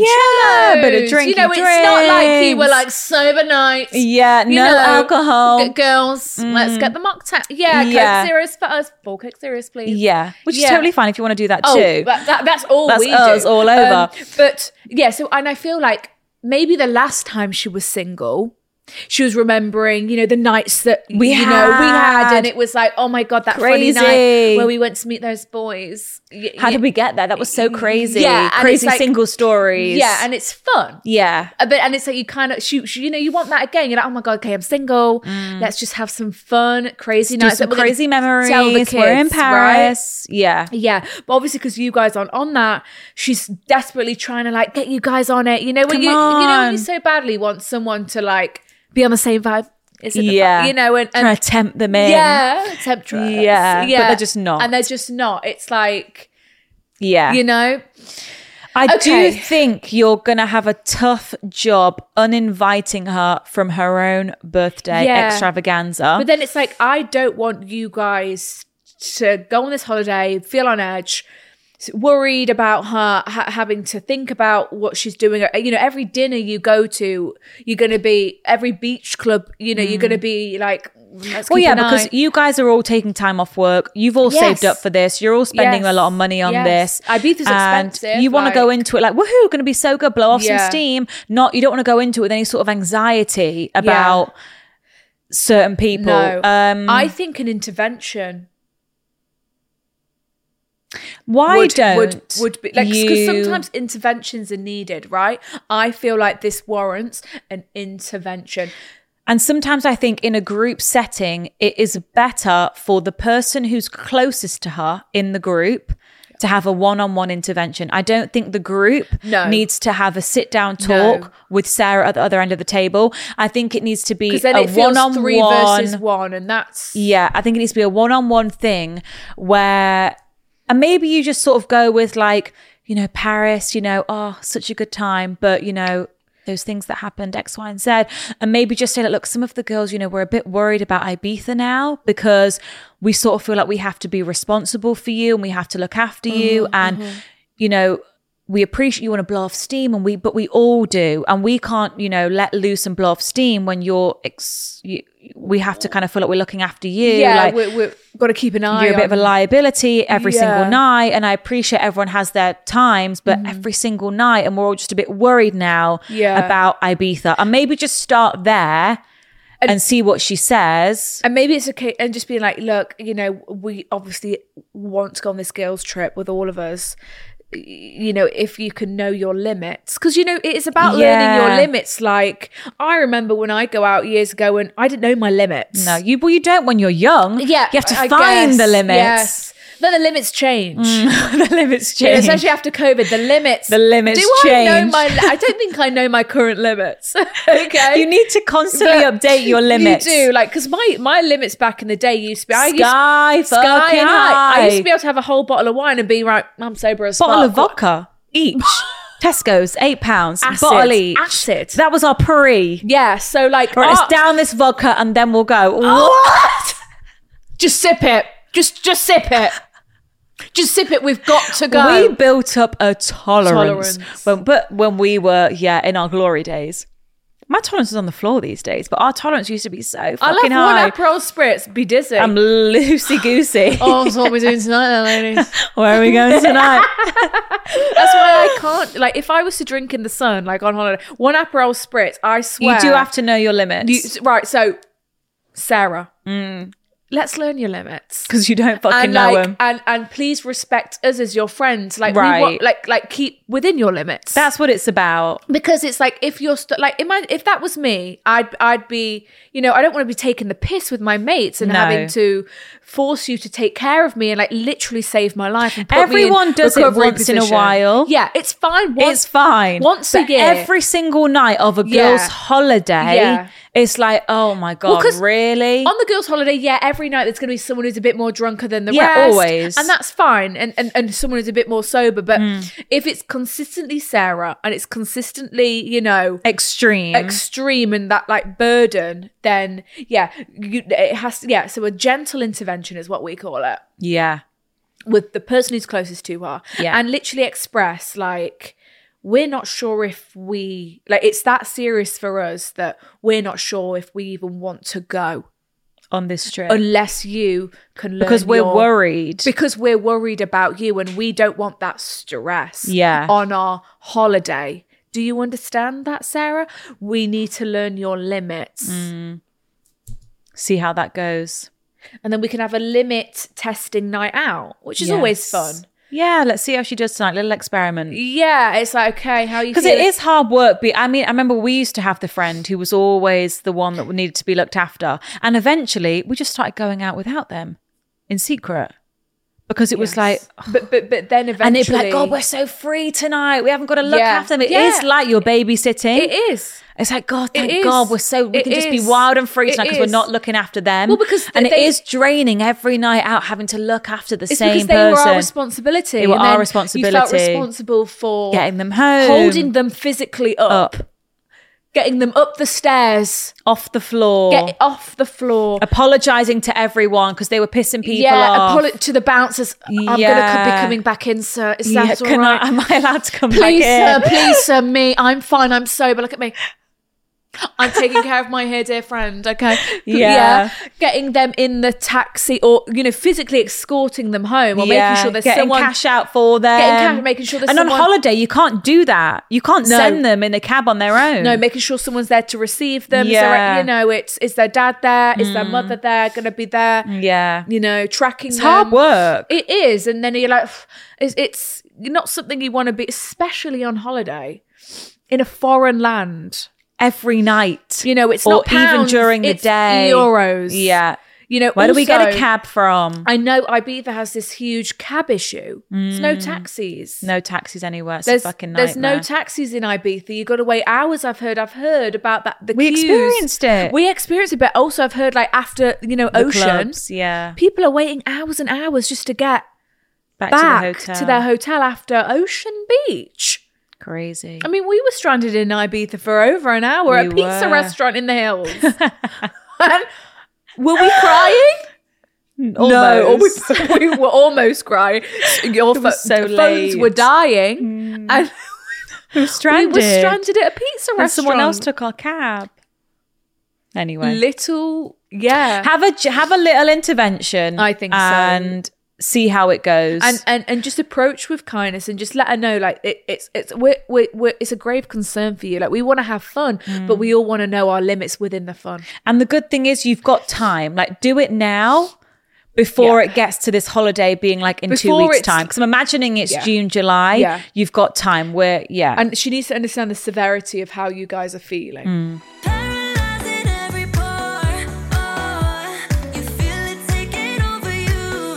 C: Yeah, but a
A: You
C: drink
A: know,
C: and
A: it's not like you were
C: drinks.
A: like sober nights.
C: yeah, no
A: You know,
C: alcohol. Mm.
A: g- girls, let's get the mocktail. Yeah,
C: Yeah.
A: Coke Zeroes for us. Four Coke Zeroes, please.
C: yeah, which
A: Yeah.
C: is totally fine if you want to do that
A: Oh,
C: too.
A: that, that- that's all
C: That's
A: we
C: us
A: do. Um,
C: all over.
A: but yeah, so and I feel like maybe the last time she was single, she was remembering, you know, the nights that
C: We
A: you know we had,
C: had.
A: and it was like, oh my god, that funny
C: Crazy.
A: night where we went to meet those boys. Y-
C: How
A: y-
C: did we get there? That was so crazy.
A: Yeah, and it's
C: crazy
A: like-
C: single stories.
A: Yeah, and it's fun.
C: yeah.
A: Uh, But and it's like you kind of shoot, you know, you want that again. You're like, oh my god, okay, I'm single. Let's just have some fun, crazy
C: Mm. Do
A: nights, that
C: some
A: we're gonna
C: crazy memories.
A: Tell the kids,
C: We're in
A: right?
C: Paris. Yeah.
A: Yeah, but obviously because you guys aren't on that, she's desperately trying to like get you guys on it. You know when
C: Come
A: you you know when
C: on.
A: you so badly want someone to like be on the same vibe. Is it the
C: Yeah.
A: vibe? you know and,
C: Trying
A: and
C: to tempt them in.
A: yeah, temptress.
C: Yeah, but they're just not.
A: and they're just not. It's like
C: Yeah.
A: you know,
C: I
A: Okay.
C: do think you're going to have a tough job uninviting her from her own birthday
A: Yeah.
C: extravaganza.
A: but then it's like I don't want you guys to go on this holiday, feel on edge. s- Worried about her ha- having to think about what she's doing. Uh, You know, every dinner you go to, you're going to be every beach club. You know, you're going to be like, let's
C: Mm. well,
A: keep
C: yeah,
A: an
C: because
A: eye.
C: you guys are all taking time off work. You've all
A: Yes.
C: saved up for this. You're all spending
A: Yes.
C: a lot of money on
A: Yes.
C: this.
A: Ibiza's
C: And
A: expensive,
C: You want to go
A: like-
C: into it like, woohoo, going to be so good, blow off
A: Yeah.
C: some steam. Not, you don't want to go into it with any sort of anxiety about certain people.
A: no,
C: Um,
A: I think an intervention
C: why
A: would,
C: don't
A: would would be like because
C: you-
A: sometimes interventions are needed, right? I feel like this warrants an intervention.
C: And sometimes I think in a group setting, it is better for the person who's closest to her in the group to have a one on one intervention. I don't think the group
A: No.
C: needs to have a sit down
A: No.
C: talk with Sarah at the other end of the table. I think it needs to be
A: Because then
C: E, a
A: it feels
C: one on
A: three versus
C: one.
A: one, and that's
C: Yeah, I think it needs to be a one on one thing where, and maybe you just sort of go with like, you know, Paris, you know, oh, such a good time, but you know, those things that happened, X, Y, and Z. And maybe just say, like, look, some of the girls, you know, we're a bit worried about Ibiza now because we sort of feel like we have to be responsible for you and we have to look after you. And, you know, we appreciate you want to blow off steam and we but we all do and we can't you know let loose and blow off steam when you're ex- you, we have to kind of feel like we're looking after you
A: yeah.
C: like
A: we, we've got to keep an eye.
C: you're a bit of a
A: on-
C: liability every
A: Yeah.
C: single night and i appreciate everyone has their times but every single night and we're all just a bit worried now
A: Mm-hmm. Yeah.
C: about ibiza and maybe just start there and, see what she says
A: And maybe it's okay, and just being like, look, you know, we obviously want to go on this girls' trip with all of us. Y- You know, if you can know your limits, because you know it is about learning your
C: Yeah.
A: limits. Like I remember when I go out years ago, and I didn't know my limits.
C: no you well you don't when you're young
A: yeah,
C: you have to
A: I
C: find the
A: guess,
C: limits Mm,
A: Yes, but the limits change.
C: the limits
A: You know,
C: change
A: especially after COVID, the limits.
C: The limits
A: Do I know
C: change.
A: my? I don't think I know my current limits. okay,
C: You need to constantly
A: But
C: update your limits.
A: You do like because my my limits back in the day used to be I used,
C: Sky fucking
A: high. I used to
C: high.
A: be able to have a whole bottle of wine and be right. I'm sober as
C: Bottle of
A: fuck.
C: vodka each. Tesco's eight pounds.
A: Acid.
C: Bottle each.
A: Acid.
C: That was our pre.
A: Yeah, so like
C: Right,
A: oh,
C: let's down this vodka and then we'll go. What?
A: just sip it. Just just sip it. Just sip it. We've got to go.
C: We built up a tolerance,
A: Tolerance.
C: when, but when we were yeah in our glory days. My tolerance is on the floor these days, but our tolerance used to be so
A: I love
C: fucking high.
A: one Aperol spritz. Be dizzy.
C: I'm loosey goosey.
A: oh, that's what we're doing tonight, then, ladies.
C: Where are we going tonight?
A: That's why I can't. Like, if I was to drink in the sun, like on holiday, one Aperol spritz, I swear.
C: you do have to know your limits.
A: You, right, so Sarah, let's learn your limits.
C: because you don't fucking
A: and
C: know
A: like,
C: him.
A: and and please respect us as your friends. Like we
C: Right.
A: want, like like keep within your limits.
C: That's what it's about.
A: because it's like if you're st- like imagine if that was me, I'd I'd be you know I don't want to be taking the piss with my mates and
C: No.
A: having to force you to take care of me and like literally save my life. And put me
C: Everyone
A: in
C: does it
A: recovery
C: once in a
A: position.
C: while.
A: Yeah, it's fine. Once,
C: it's fine.
A: Once a
C: But
A: year.
C: Every single night of a girl's
A: Yeah.
C: holiday,
A: Yeah.
C: it's like, oh my God,
A: 'cause
C: really?
A: On the girls' holiday, yeah, every night there's going to be someone who's a bit more drunker than the
C: Yeah,
A: rest.
C: always.
A: And that's fine. And, and and someone who's a bit more sober. But
C: Mm.
A: if it's consistently Sarah and it's consistently, you know,
C: Extreme.
A: extreme and that like burden, then yeah, you, it has to, yeah. So a gentle intervention is what we call it
C: yeah.
A: with the person who's closest to her
C: Yeah.
A: and literally express like we're not sure if we like it's that serious for us that we're not sure if we even want to go
C: On this trip.
A: unless you can learn
C: because we're
A: your-
C: worried.
A: because we're worried about you and we don't want that stress
C: Yeah.
A: on our holiday do you understand that sarah we need to learn your limits
C: Mm. See how that goes.
A: and then we can have a limit testing night out which is always
C: Yes.
A: fun
C: Yeah, let's see how she does tonight. Little experiment.
A: yeah it's like okay how are you
C: Because it
A: feeling?
C: is hard work. But I mean, I remember we used to have the friend who was always the one that needed to be looked after. And eventually we just started going out without them in secret. Because it was like,
A: but but but then eventually
C: and they'd be like, God, we're so free tonight. We haven't got to look
A: Yeah.
C: after them. It is
A: Yeah.
C: like you're babysitting.
A: it is
C: It's like, God, thank
A: It
C: God
A: is.
C: we're so, we
A: It
C: can just be
A: is.
C: wild and free
A: It
C: tonight because we're
A: is.
C: not looking after them.
A: Well, because
C: and it
A: they-
C: is draining every night out having to look after the
A: it's
C: same
A: because they
C: person.
A: were our responsibility
C: They were
A: and
C: our
A: then you felt
C: responsibility.
A: responsible for
C: Getting them home.
A: holding them physically up,
C: Up.
A: getting them up the stairs
C: Off the floor.
A: get off the floor
C: apologizing to everyone because they were pissing people
A: yeah,
C: off.
A: apolo- to the bouncers. I'm gonna co-
C: Yeah.
A: be coming back in, sir. Is
C: yeah,
A: that all
C: can
A: right?
C: I, am I allowed to come
A: please, sir.
C: back in?
A: Please, sir. Me. I'm fine. I'm sober. Look at me. I'm taking care of my here, dear friend. Okay.
C: Yeah.
A: Getting them in the taxi, or you know, physically escorting them home, or making sure there's
C: getting
A: someone
C: cash out for them.
A: Getting cash- making sure there's
C: And on
A: someone-
C: holiday, you can't do that. You can't
A: No.
C: send them in a cab on their own.
A: No, making sure someone's there to receive them. Yeah.
C: Yeah. Mm.
A: you know, it's is their dad there? Is their mother there? Gonna be there?
C: yeah,
A: You know, tracking.
C: it's hard
A: them.
C: work.
A: It is, and then you're like, "Pff," it's, it's not something you want to be, especially on holiday in a foreign land.
C: Every night,
A: You know, it's
C: or
A: not
C: even
A: pounds,
C: during the
A: it's
C: day.
A: euros.
C: Yeah.
A: You know,
C: Where do we get a
A: also,
C: cab from?
A: I know Ibiza has this huge cab issue. There's no taxis.
C: Mm. no taxis anywhere. It's
A: There's,
C: a fucking nightmare.
A: there's no taxis in Ibiza. You got to wait hours. I've heard. I've heard about that. The
C: We
A: queues.
C: experienced it.
A: We experienced it, but also I've heard like after you know
C: The
A: ocean,
C: clubs, yeah.
A: people are waiting hours and hours just to get
C: back,
A: back,
C: to the hotel.
A: to their hotel after Ocean Beach.
C: Crazy.
A: I mean, we were stranded in Ibiza for over an hour at a
C: We
A: pizza
C: were.
A: restaurant in the hills. And were we crying? No, or
C: Almost.
A: we, we were almost crying. Your
C: It was
A: pho-
C: so
A: phones
C: late. Mm.
A: were dying, and we
C: stranded.
A: were stranded at a pizza restaurant.
C: and someone else took our cab. Anyway,
A: little, yeah.
C: have a j- have a little intervention.
A: I think so.
C: and see how it goes.
A: and, and and just approach with kindness and just let her know like it, it's it's we're, we're, we're, it's a grave concern for you like we want to have fun
C: Mm.
A: but we all want to know our limits within the fun
C: And the good thing is you've got time. Like do it now before
A: Yeah.
C: it gets to this holiday being like in
A: Before
C: two weeks'
A: it's-
C: time. Because I'm imagining it's
A: Yeah.
C: June, July.
A: Yeah.
C: You've got time. Where yeah.
A: and she needs to understand the severity of how you guys are feeling
B: Paralyzing every pore. Oh, you feel it taking over you.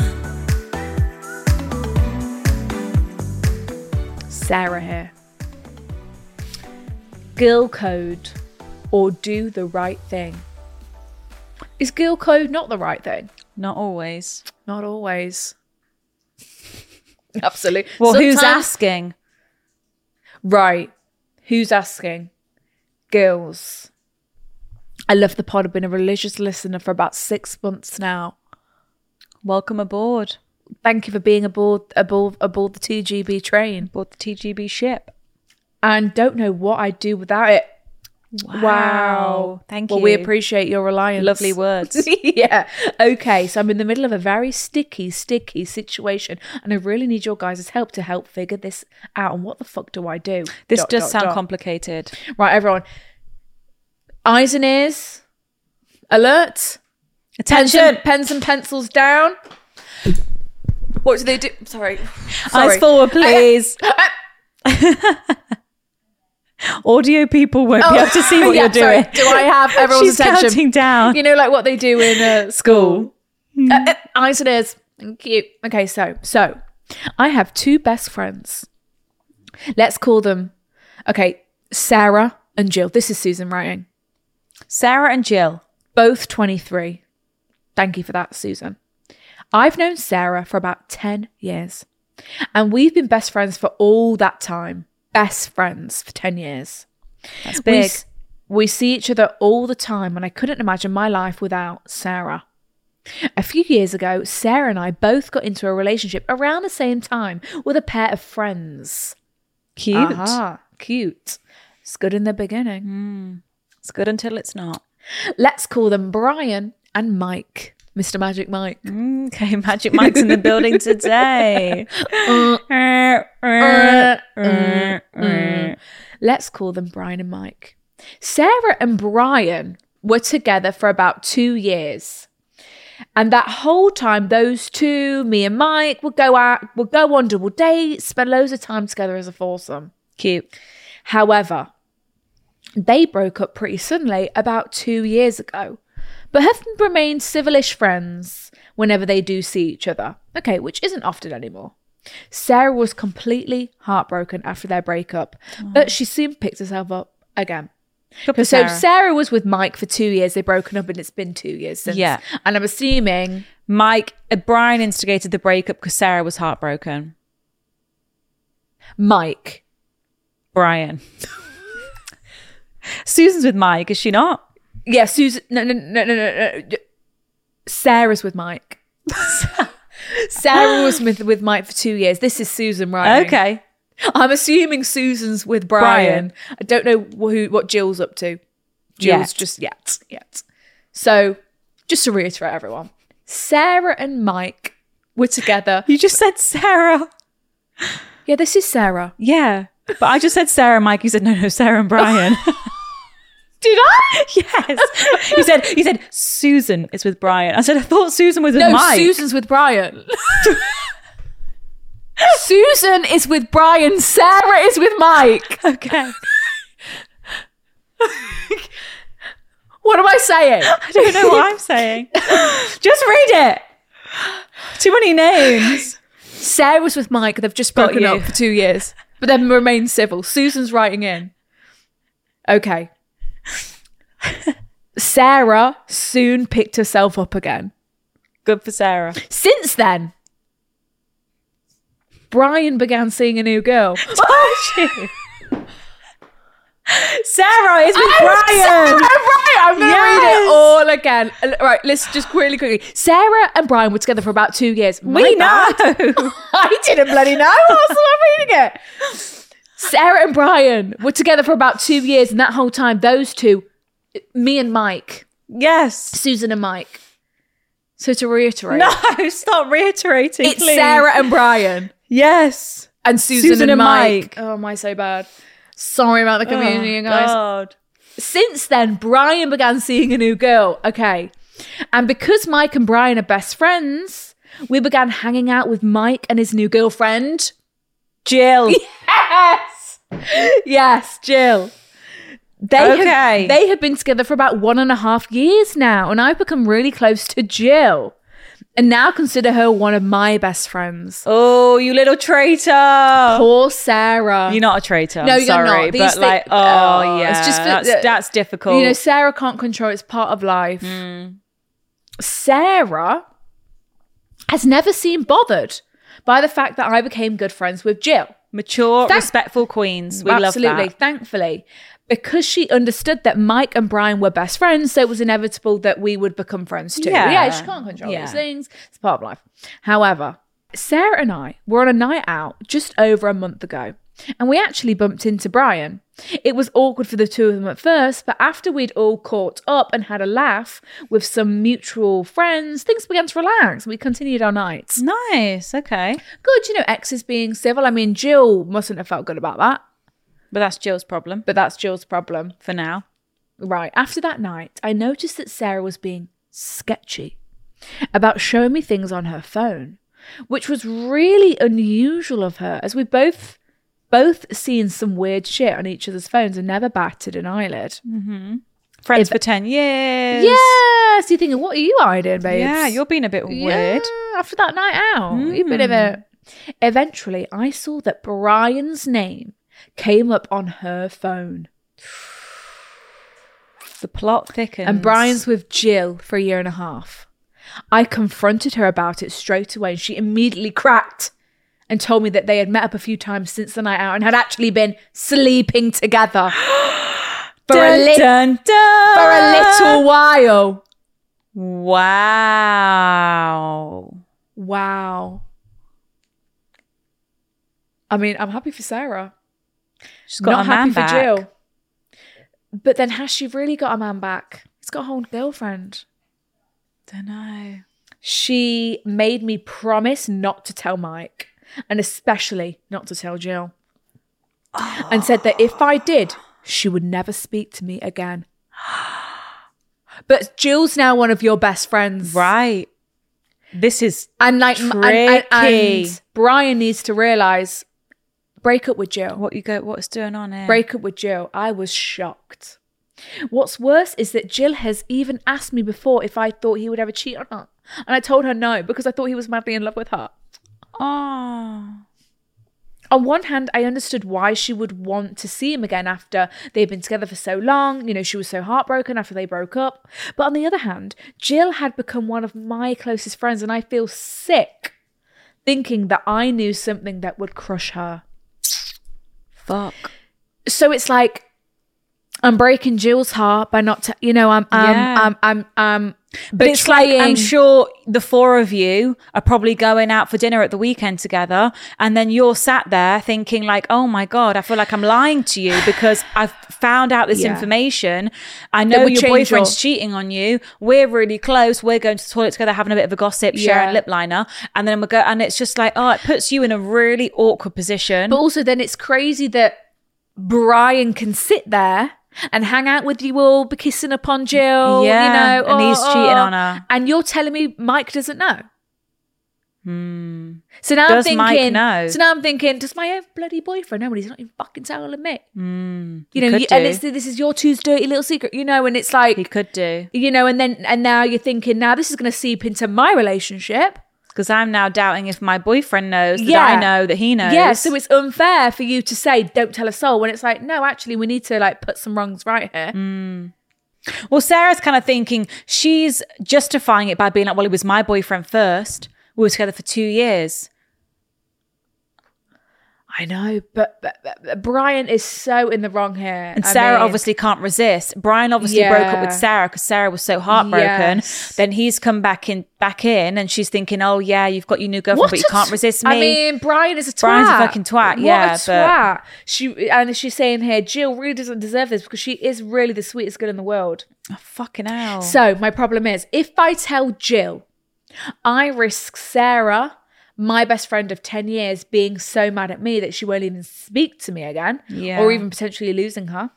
A: sarah here girl code or do the right thing is girl code not the right thing
C: Not always.
A: not always absolutely
C: Well, who's
A: Sometimes-
C: asking?
A: Right. Who's asking? Girls. I love the pod. I've been a religious listener for about six months now.
C: Welcome aboard.
A: Thank you for being aboard aboard aboard the TGB train.
C: Aboard the TGB ship.
A: And don't know what I'd do without it. Wow.
C: Thank
A: Well,
C: you.
A: we appreciate your reliance.
C: lovely words.
A: yeah. Okay. So I'm in the middle of a very sticky, sticky situation, and I really need your guys' help to help figure this out. And what the fuck do I do?
C: This
A: Dot,
C: does
A: dot,
C: sound
A: dot.
C: complicated.
A: Right, everyone. Eyes and ears. Alert. Pens
C: Attention.
A: and, pens and pencils down. What do they do? Sorry. Sorry.
C: Eyes forward, please. Audio people won't be able to see what
A: Oh, Yeah,
C: you're
A: sorry.
C: doing.
A: Do I have everyone's
C: She's
A: attention?
C: counting down.
A: You know, like what they do in uh, school. Uh, uh, eyes and ears. Thank you. Okay, so so I have two best friends. Let's call them. Okay, Sarah and Jill. This is Susan writing.
C: Sarah and Jill.
A: Both twenty three. Thank you for that, Susan. I've known Sarah for about ten years, and we've been best friends for all that time. Best friends for ten years.
C: That's
A: We
C: big.
A: s- We, see each other all the time, and I couldn't imagine my life without Sarah. A few years ago, Sarah and I both got into a relationship around the same time with a pair of friends.
C: Cute.
A: Aha, cute. It's good in the beginning.
C: It's good until it's not.
A: Let's call them Brian and Mike. Mr. Magic Mike.
C: Mm. Okay, Magic Mike's in the building today.
A: Let's call them Brian and Mike. Sarah and Brian were together for about two years. And that whole time, those two, me and Mike, would go out, would go on double dates, spend loads of time together as a foursome.
C: Cute.
A: However, they broke up pretty suddenly about two years ago, but have remained civilish friends whenever they do see each other. Okay, which isn't often anymore. Sarah was completely heartbroken after their breakup, but she soon picked herself up again.
C: Good
A: So
C: for
A: Sarah.
C: Sarah.
A: was with Mike for two years. They've broken up, and it's been two years since.
C: Yeah.
A: and I'm assuming
C: Mike, uh, Brian instigated the breakup because Sarah was heartbroken.
A: Mike.
C: Brian. Susan's with Mike, is she not?
A: Yeah, Susan. No, no, no, no, no. no. Sarah's with Mike. Sarah was with, with Mike for two years. This is Susan, right?
C: Okay.
A: I'm assuming Susan's with Brian.
C: Brian.
A: I don't know wh- who what Jill's up to. Jill's
C: Yet.
A: just yet, yet. So, just to reiterate, everyone, Sarah and Mike were together.
C: You just said Sarah.
A: Yeah, this is Sarah.
C: Yeah. But I just said Sarah and Mike. You said, no, no, Sarah and Brian.
A: Did I?
C: yes. You said, you said Susan is with Brian. I said, I thought Susan was with
A: No,
C: Mike.
A: Susan's with Brian. Susan is with Brian. Sarah is with Mike.
C: Okay.
A: What am I saying?
C: I don't know what I'm saying. just read it. Too many names.
A: Sarah's with Mike. They've just broken
C: you.
A: up for two years, but then remain civil. Susan's writing in. Okay. Sarah soon picked herself up again.
C: Good for Sarah.
A: Since then, Brian began seeing a new girl.
C: Sarah is with
A: Oh,
C: Brian.
A: Sarah and Brian. I'm going to read
C: Yes.
A: it all again. All Right, let's just really quickly. Sarah and Brian were together for about two years. My
C: We
A: bad.
C: know.
A: I didn't bloody know. That's what I'm reading it. Sarah and Brian were together for about two years, and that whole time, those two, me and Mike,
C: yes.
A: Susan and Mike. So to reiterate,
C: No, stop reiterating.
A: it's
C: please.
A: Sarah and Brian,
C: Yes.
A: and Susan,
C: Susan
A: and,
C: and
A: Mike.
C: Mike. Oh,
A: Oh my, so bad. Sorry about the community, you guys.
C: God.
A: Since then, Brian began seeing a new girl. Okay. And because Mike and Brian are best friends, we began hanging out with Mike and his new girlfriend.
C: Jill.
A: Yes. Yes, Jill. They
C: Okay.
A: have, they have been together for about one and a half years now, and I've become really close to Jill. And now consider her one of my best friends.
C: Oh, you little traitor.
A: Poor Sarah.
C: You're not a traitor.
A: No,
C: I'm
A: you're
C: sorry,
A: not. These
C: but
A: thi-
C: like, oh,
A: Oh,
C: yeah,
A: it's just for-
C: that's, that's difficult.
A: You know, Sarah can't control. It's part of life. Sarah has never seemed bothered by the fact that I became good friends with Jill.
C: Mature,
A: Thank-
C: respectful queens. We
A: Absolutely,
C: love that.
A: thankfully, because she understood that Mike and Brian were best friends, so it was inevitable that we would become friends too. Yeah,
C: Yeah.
A: she can't control
C: Yeah.
A: these things; it's part of life. However, Sarah and I were on a night out just over a month ago, and we actually bumped into Brian. It was awkward for the two of them at first, but after we'd all caught up and had a laugh with some mutual friends, things began to relax. We continued our nights.
C: Nice. Okay.
A: Good, you know, exes being civil. I mean, Jill mustn't have felt good about that,
C: But that's Jill's problem
A: but that's Jill's problem.
C: for now.
A: Right. After that night, I noticed that Sarah was being sketchy about showing me things on her phone, which was really unusual of her, as we both both seen some weird shit on each other's phones and never batted an eyelid. If-
C: Friends for 10 years.
A: Yes, you're thinking, what are you hiding, babes?
C: Yeah, you're being a bit weird. Hmm.
A: Yeah, after that night out, you bit of a. Eventually, I saw that Brian's name came up on her phone,
C: The plot thickens.
A: and Brian's with Jill for a year and a half. I confronted her about it straight away, and she immediately cracked and told me that they had met up a few times since the night out and had actually been sleeping together for, a,
C: Dun,
A: li-
C: dun, dun.
A: for a little while.
C: Wow.
A: Wow. I mean, I'm happy for Sarah.
C: She's got
A: Not
C: her man
A: happy
C: back.
A: for Jill. But then has she really got a man back? He's got a whole girlfriend.
C: Don't know.
A: She made me promise not to tell Mike and especially not to tell Jill. And said that if I did, she would never speak to me again. But Jill's now one of your best friends.
C: Right. This is
A: And like m- and- and-
C: Tricky.
A: and Brian needs to realise break up with Jill.
C: what you go. What's going on here?
A: break up with Jill, I was shocked. What's worse is that Jill has even asked me before if I thought he would ever cheat on her. And I told her no because I thought he was madly in love with her.
C: Oh.
A: On one hand, I understood why she would want to see him again after they'd been together for so long. You know, she was so heartbroken after they broke up. But on the other hand, Jill had become one of my closest friends, and I feel sick thinking that I knew something that would crush her.
C: Fuck.
A: so it's like I'm breaking Jill's heart by not, t- you know, I'm, I'm,
C: Yeah.
A: I'm, I'm, I'm,
C: But it's like I'm sure the four of you are probably going out for dinner at the weekend together, and then you're sat there thinking like, "Oh my god, I feel like I'm lying to you because I've found out this
A: Yeah.
C: information. I
A: That
C: know
A: would
C: your
A: change
C: boyfriend's
A: your-
C: cheating on you. We're really close. We're going to the toilet together, having a bit of a gossip,
A: Yeah.
C: sharing lip liner, and then we go. And it's just like, oh, it puts you in a really awkward position.
A: But also, then it's crazy that Brian can sit there and hang out with you all, be kissing upon Jill,
C: Yeah,
A: you know, oh,
C: and he's cheating on her.
A: and you're telling me Mike doesn't know. So now
C: Hmm. Does
A: I'm
C: Mike
A: thinking.
C: know?
A: So now I'm thinking. Does my own bloody boyfriend know? And he's not even fucking telling me. you
C: Hmm. he
A: know,
C: could
A: you, and
C: do.
A: it's, this is your two's dirty little secret. You know, and it's like
C: he could do
A: you know and then and now you're thinking now this is going to seep into my relationship
C: because I'm now doubting if my boyfriend knows that
A: Yeah.
C: I know that he knows.
A: yeah so it's unfair for you to say don't tell a soul when it's like no actually we need to like put some wrongs right here
C: Mm. Well, Sarah's kind of thinking she's justifying it by being like, well, it was my boyfriend first. We were together for two years.
A: i know but, but, but brian is so in the wrong here
C: And
A: I
C: Sarah
A: mean,
C: obviously can't resist. Brian obviously broke up
A: Yeah.
C: with Sarah because Sarah was so heartbroken.
A: Yes.
C: Then he's come back in back in and she's thinking, Oh yeah, you've got your new girlfriend, but you
A: a
C: can't
A: tw-
C: resist me.
A: I mean, Brian is a twat.
C: Brian's a fucking twat,
A: What
C: yeah,
A: a
C: but-
A: twat. She and she's saying here, Jill really doesn't deserve this because she is really the sweetest girl in the world.
C: Oh, fucking hell.
A: So my problem is, if I tell Jill, I risk Sarah, my best friend of ten years, being so mad at me that she won't even speak to me again,
C: Yeah.
A: or even potentially losing her.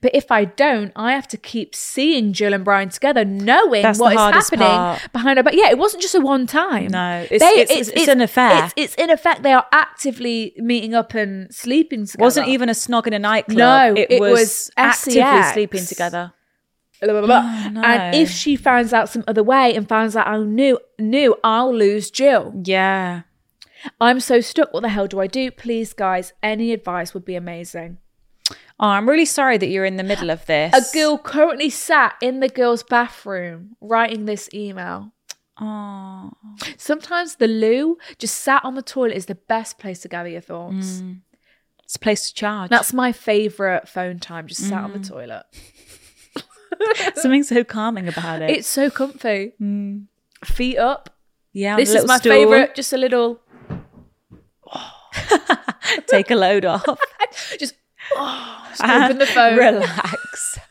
A: But if I don't, I have to keep seeing Jill and Brian together, knowing
C: That's the
A: what is
C: hardest
A: happening
C: part.
A: behind her. But yeah, it wasn't just a one time.
C: No, it's- it's- it's an affair.
A: It's, it's an affair. They are actively meeting up and sleeping together.
C: wasn't even a snog in a nightclub.
A: No,
C: it,
A: it
C: was,
A: was E
C: actively
A: SEX.
C: sleeping together.
A: blah, blah, blah.
C: no.
A: And if she finds out some other way and finds out I knew knew I'll lose Jill.
C: Yeah.
A: I'm so stuck. What the hell do I do? Please, guys, any advice would be amazing.
C: Oh, I'm really sorry that you're in the middle of this.
A: A girl currently sat in the girls' bathroom writing this email.
C: Oh.
A: Sometimes the loo just sat on the toilet is the best place to gather your thoughts.
C: It's a place to charge.
A: That's my favorite phone time, just sat on the toilet.
C: Something so calming about it.
A: It's so comfy. Feet up.
C: yeah,
A: This is my favorite, just a little
C: Take a load off.
A: oh, just, just open the phone.
C: Relax.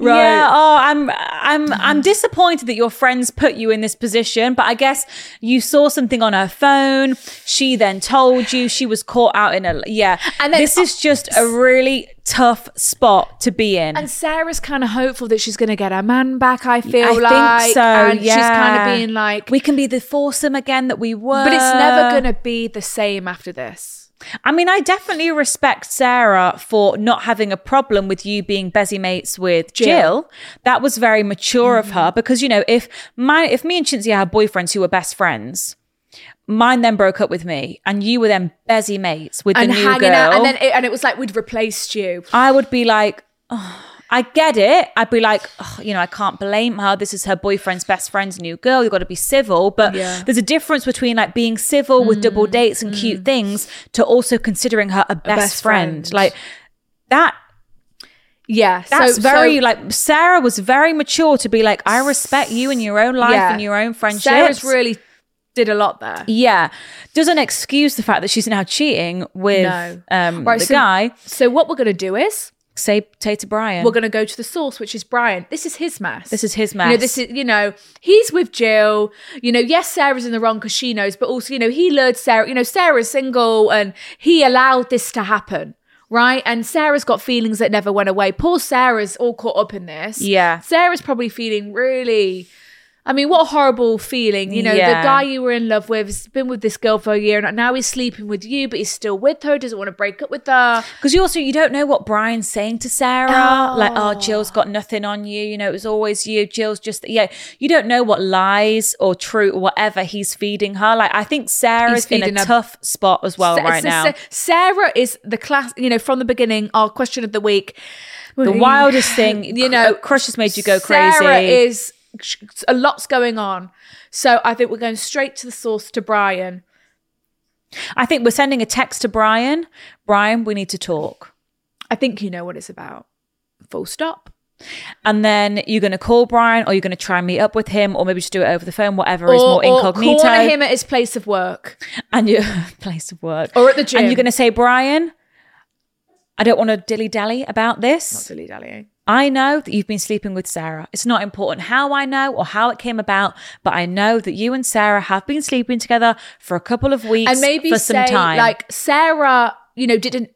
A: Right.
C: Yeah. Oh, I'm I'm I'm disappointed that your friends put you in this position, but I guess you saw something on her phone. She then told you she was caught out in a yeah.
A: And
C: And
A: then-
C: this is just a really tough spot to be in.
A: And Sarah's kind of hopeful that she's going to get her man back. I feel
C: I
A: like,
C: think so.
A: and
C: yeah.
A: she's kind of being like,
C: we can be the foursome again that we were.
A: but it's never going to be the same after this.
C: I mean, I definitely respect Sarah for not having a problem with you being busy mates with Jill. That was very mature
A: Mm.
C: of her because you know, if my if me and Chintzia had boyfriends who were best friends, mine then broke up with me, and you were then busy mates with
A: and
C: the new
A: hanging
C: girl,
A: out, and then it, and it was like we'd replaced you.
C: I would be like. "Oh, I get it. I'd be like, "Oh, you know, I can't blame her. This is her boyfriend's best friend's new girl. You've got to be civil. But
A: Yeah. Mm.
C: there's a difference between like being civil with double dates and cute things to also considering her a best,
A: best
C: friend.
A: friend.
C: Like that
A: Yeah, so-
C: that's very
A: so
C: like Sarah was very mature to be like, I respect you and your own life
A: Yeah.
C: and your own friendships.
A: Sarah's really did a lot there.
C: yeah, doesn't excuse the fact that she's now cheating with
A: No.
C: um,
A: Right,
C: the
A: so-
C: guy.
A: So what we're going to do is
C: Say Tata Brian.
A: we're going to go to the source, which is Brian. This is his mess.
C: This is his
A: You know,
C: mess.
A: this is you know he's with Jill. You know, yes, Sarah's in the wrong because she knows, but also you know he lured Sarah. You know, Sarah's single and he allowed this to happen. Right, and Sarah's got feelings that never went away. Poor Sarah's all caught up in this.
C: Yeah.
A: Sarah's probably feeling really. I mean, what a horrible feeling. You know,
C: Yeah.
A: the guy you were in love with has been with this girl for a year, and now he's sleeping with you, but he's still with her. Doesn't want to break up with her.
C: because you also you don't know what Brian's saying to Sarah. Like, oh, Jill's got nothing on you. You know, it was always you. Jill's just yeah. You don't know what lies or true or whatever he's feeding her. Like, I think Sarah's in
A: feeding
C: a
A: her-
C: tough spot as well
A: Sa-
C: right
A: Sa-
C: now.
A: Sa- Sarah is the class, you know, from the beginning, our question of the week.
C: the wildest thing, you know, Crush has made you go crazy.
A: Sarah is sh- a lot's going on. So I think we're going straight to the source to Brian.
C: I think we're sending a text to Brian. Brian, we need to talk.
A: I think you know what it's about. Full stop.
C: And then you're going to call Brian, or you're going to try and meet up with him, or maybe just do it over the phone, whatever is more incognito.
A: corner him at his place of work.
C: and your place of work,
A: Or at the gym.
C: And you're going to say, Brian, I don't want to dilly dally about
A: Not
C: this.
A: dilly dallying.
C: I know that you've been sleeping with Sarah. It's not important how I know or how it came about, but I know that you and Sarah have been sleeping together for a couple of weeks
A: and maybe
C: for
A: say
C: some time.
A: like Sarah, you know, didn't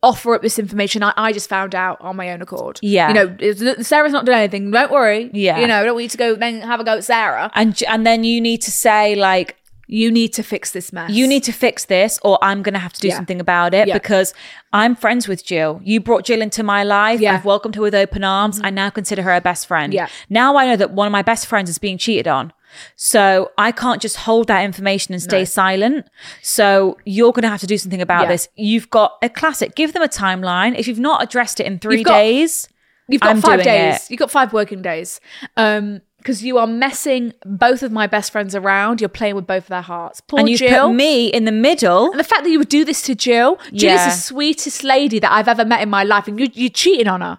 A: offer up this information. I, I just found out on my own accord.
C: Yeah.
A: you know, it's- Sarah's not doing anything. Don't worry.
C: Yeah.
A: you know, I don't want you to go then have a go at Sarah.
C: and and then you need to say like
A: You need to fix this mess.
C: you need to fix this or I'm going to have to do
A: Yeah.
C: something about it
A: Yeah.
C: because I'm friends with Jill. You brought Jill into my life.
A: Yeah. Mm-hmm.
C: I've welcomed her with open arms. I now consider her a best friend.
A: Yeah.
C: Now I know that one of my best friends is being cheated on. So I can't just hold that information and stay silent. So you're going to have to do something about
A: Yeah.
C: this. You've got a classic. Give them a timeline. If you've not addressed it in 3
A: got-
C: days,
A: You've got
C: I'm
A: five
C: doing
A: days. You've got five working days. Um, because you are messing both of my best friends around. You're playing with both of their hearts. Poor
C: and you
A: Jill.
C: put me in the middle.
A: And the fact that you would do this to Jill, Jill
C: Yeah.
A: is the sweetest lady that I've ever met in my life, and you, you're cheating on her.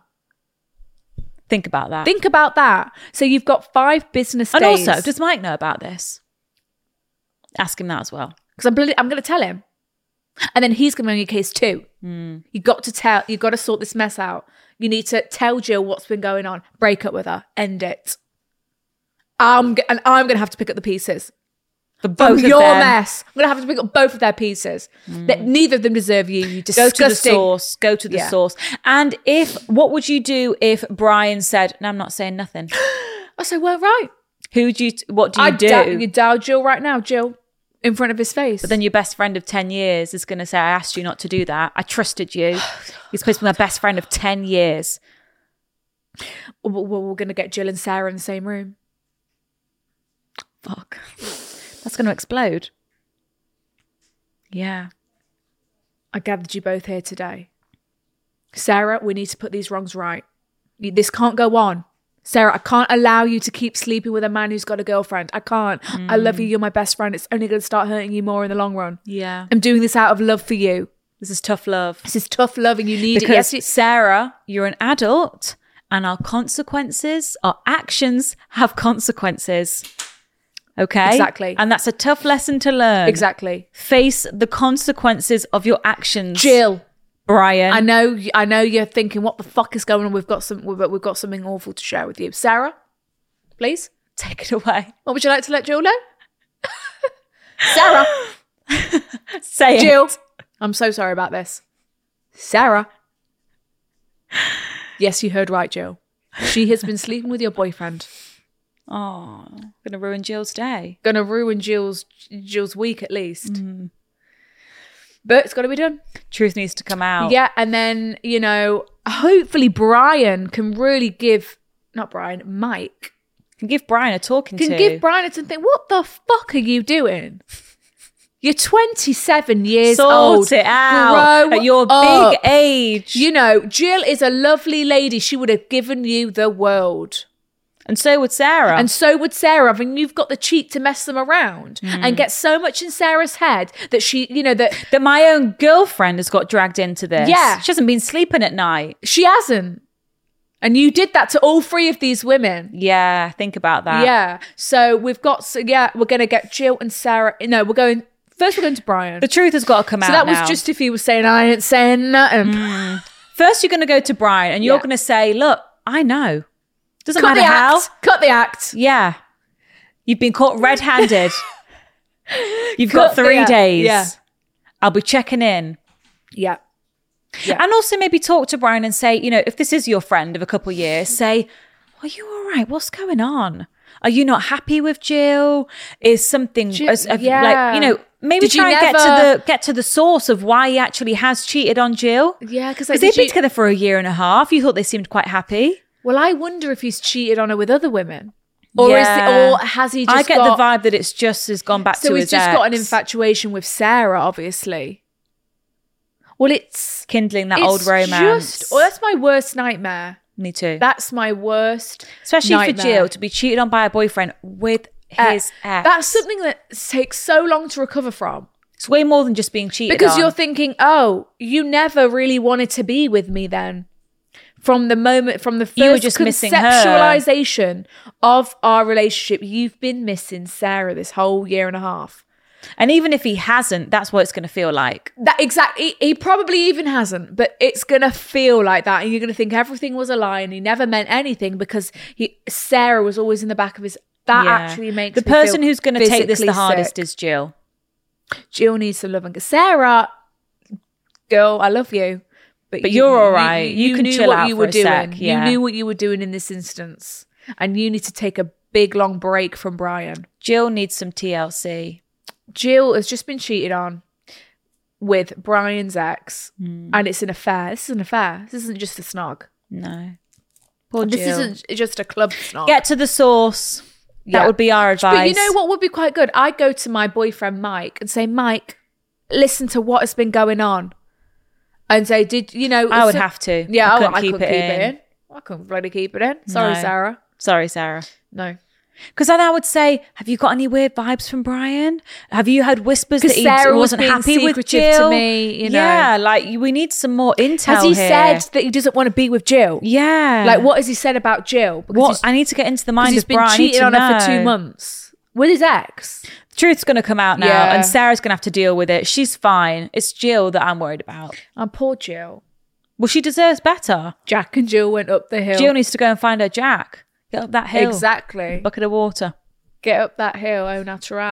C: Think about that.
A: Think about that. So you've got five business
C: and
A: days.
C: also, does Mike know about this? Ask him that as well.
A: because I'm bloody, I'm going to tell him, and then he's going to be on your case too.
C: Hmm.
A: You got to tell. You got to sort this mess out. You need to tell Jill what's been going on. Break up with her. End it. I'm g- and I'm going to have to pick up the pieces
C: For both
A: of
C: of
A: your
C: them. Hmm.
A: mess. I'm going to have to pick up both of their pieces. That neither of them deserve you. You
C: go
A: disgusting.
C: to the source go to the
A: Yeah.
C: source and if what would you do if brian said no i'm not saying nothing
A: I say, well, right.
C: who do you what do you
A: I
C: do
A: doubt- you dial Jill right now, Jill, in front of his face.
C: but then your best friend of 10 years is going to say i asked you not to do that i trusted you you're supposed to be my best friend of 10 years
A: we're, we're going to get Jill and Sarah in the same room.
C: fuck that's going to explode yeah
A: I gathered you both here today. Sarah, we need to put these wrongs right. You- This can't go on. Sarah, I can't allow you to keep sleeping with a man who's got a girlfriend. I can't. I
C: Mm.
A: love you. You're my best friend. It's only going to start hurting you more in the long run.
C: yeah
A: I'm doing this out of love for you.
C: this is tough love
A: This is tough love and you need
C: because
A: it. Yes, you-
C: Sarah, you're an adult, and our consequences, our actions have consequences. Okay,
A: Exactly.
C: and that's a tough lesson to learn.
A: exactly.
C: Face the consequences of your actions,
A: Jill,
C: Brian.
A: I know, I know you're thinking, what the fuck is going on? We've got some, we've, we've got something awful to share with you, Sarah. Please,
C: Take it away.
A: what would you like to let Jill know? Sarah,
C: Say
A: Jill,
C: it.
A: I'm so sorry about this. Sarah, yes, you heard right, Jill. She has been sleeping with your boyfriend.
C: Oh, gonna ruin Jill's day.
A: Gonna ruin Jill's Jill's week at least.
C: Mm.
A: But it's got to be done.
C: Truth needs to come out.
A: Yeah, and then you know, hopefully Brian can really give not Brian, Mike
C: Can give Brian a talking
A: can
C: to.
A: give Brian a something. What the fuck are you doing? You're 27 years
C: Sort
A: old.
C: it out
A: Grow
C: at your
A: up.
C: big age.
A: You know, Jill is a lovely lady. She would have given you the world.
C: and so would Sarah.
A: And so would Sarah. I mean, you've got the cheek to mess them around
C: Hmm.
A: and get so much in Sarah's head that she, you know, that
C: that my own girlfriend has got dragged into this.
A: Yeah.
C: She hasn't been sleeping at night.
A: she hasn't. And you did that to all three of these women.
C: Yeah, think about that.
A: Yeah. So we've got, so yeah, we're going to get Jill and Sarah. No, we're going, first we're going to Brian.
C: The truth has got to come out.
A: so that
C: now.
A: was just if he was saying, I ain't saying nothing.
C: Hmm. First, you're going to go to Brian and you're
A: Yeah.
C: going to say, Look, I know. Doesn't
A: Cut the
C: matter how.
A: act. Cut the act.
C: Yeah. You've been caught red handed. You've
A: Cut
C: got
A: the
C: three
A: act.
C: days.
A: Yeah.
C: I'll be checking in.
A: Yeah.
C: And also maybe talk to Brian and say, you know, if this is your friend of a couple of years, say, are you all right? What's going on? Are you not happy with Jill? Is something
A: Jill-
C: as- of-
A: yeah.
C: like you know? Maybe
A: Did you
C: try and get
A: never-
C: to the get to the source of why he actually has cheated on Jill.
A: Yeah, because
C: Because they've been together for a year and a half. You thought they seemed quite happy.
A: Well, I wonder if he's cheated on her with other women, or
C: Yeah.
A: is it, or has he? Just
C: I get
A: got,
C: the vibe that it's just has gone back
A: So
C: to
A: he's
C: his
A: just got an
C: ex,
A: infatuation with Sarah, obviously. Well, it's
C: kindling that
A: it's
C: old romance.
A: Just, oh, that's my worst nightmare.
C: Me too.
A: That's my worst,
C: Especially
A: nightmare.
C: for Jill to be cheated on by a boyfriend with
A: Uh,
C: his ex.
A: That's something that takes so long to recover from
C: it's way more than just being cheated
A: because
C: on.
A: you're thinking, oh, you never really wanted to be with me then. From the moment, from the first
C: You were just missing her.
A: conceptualization of our relationship, you've been missing Sarah this whole year and a half.
C: And even if he hasn't, that's what it's going to feel like.
A: That exactly. He probably even hasn't, but it's gonna feel like that, and you're gonna think everything was a lie, and he never meant anything because he Sarah was always in the back of his. That
C: Yeah.
A: actually makes
C: the
A: me feel
C: person who's going to take this
A: physically
C: the hardest
A: sick.
C: is Jill.
A: Jill needs some love and Sarah, girl, I love you,
C: But you're all right. You can
A: knew
C: chill
A: what
C: out
A: you
C: for
A: were
C: a
A: doing.
C: sec, yeah.
A: You knew what you were doing in this instance, and you need to take a big long break from Brian.
C: Jill needs some TLC.
A: Jill has just been cheated on with Brian's ex,
C: Hmm.
A: and it's an affair. This is an affair. This isn't just a snog.
C: No. Poor
A: This
C: Jill.
A: isn't just a club snog.
C: Get to the source.
A: Oh. Yeah.
C: That would be our
A: But
C: advice.
A: you know what would be quite good? I go to my boyfriend Mike and say, Mike, listen to what has been going on, and say, did you know?
C: I would
A: so-
C: have to.
A: Yeah, I,
C: I couldn't
A: I
C: keep
A: couldn't
C: it
A: keep it
C: in.
A: in. I couldn't bloody keep it in. Sorry,
C: No.
A: Sarah.
C: Sorry, Sarah.
A: No,
C: Because then I would say, have you got any weird vibes from Brian? Have you had whispers that
A: because
C: he
A: Sarah was
C: wasn't
A: being
C: happy with
A: secretive to
C: Jill?
A: me, you know.
C: Yeah, like we need some more intel.
A: has he
C: here.
A: said that he doesn't want to be with Jill?
C: Yeah.
A: Like, what has he said about Jill? Because
C: What?
A: he's-
C: I need to get into the
A: Because
C: mind
A: he's
C: of
A: been
C: Brian. I need
A: cheating
C: to
A: on her for
C: know.
A: two months with his ex.
C: Truth's going to come out now,
A: Yeah.
C: and Sarah's going to have to deal with it. She's fine. It's Jill that I'm worried about.
A: And poor Jill.
C: Well, she deserves better.
A: Jack and Jill went up the hill.
C: Jill needs to go and find her Jack. Get up that hill.
A: Exactly.
C: Bucket of water.
A: Get up that hill, oh natural.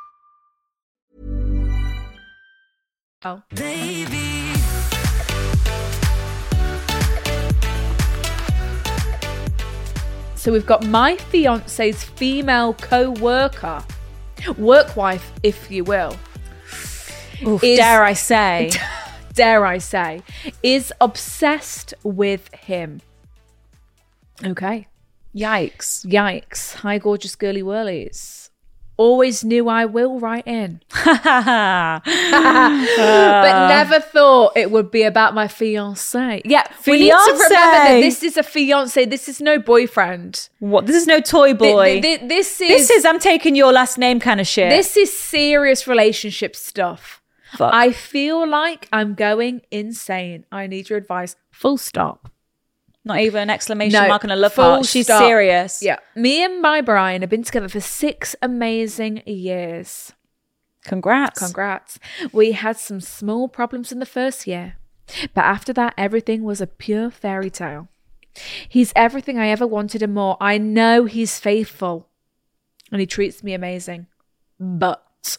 A: Oh.
B: Baby,
A: So we've got my fiance's female co worker, work wife, if you will. Is-
C: dare I say?
A: dare I say, is obsessed with him. Okay.
C: Yikes.
A: Yikes. Hi, gorgeous girly whirlies. Always knew I will write in, but never thought it would be about my fiance. Yeah, we need to remember that
C: Fiancé.
A: this is a fiance. This is no boyfriend.
C: what? This is no toy
A: Th- th-
C: boy.
A: th- this is
C: this is I'm taking your last name kind of shit.
A: this is serious relationship stuff.
C: Fuck.
A: I feel like I'm going insane. I need your advice. Full stop.
C: not even an exclamation
A: No,
C: mark and a love
A: full
C: heart. She's
A: stop.
C: serious.
A: Yeah. Me and my Brian have been together for six amazing years.
C: Congrats.
A: Congrats. We had some small problems in the first year, but after that, everything was a pure fairy tale. He's everything I ever wanted and more. I know he's faithful and he treats me amazing, but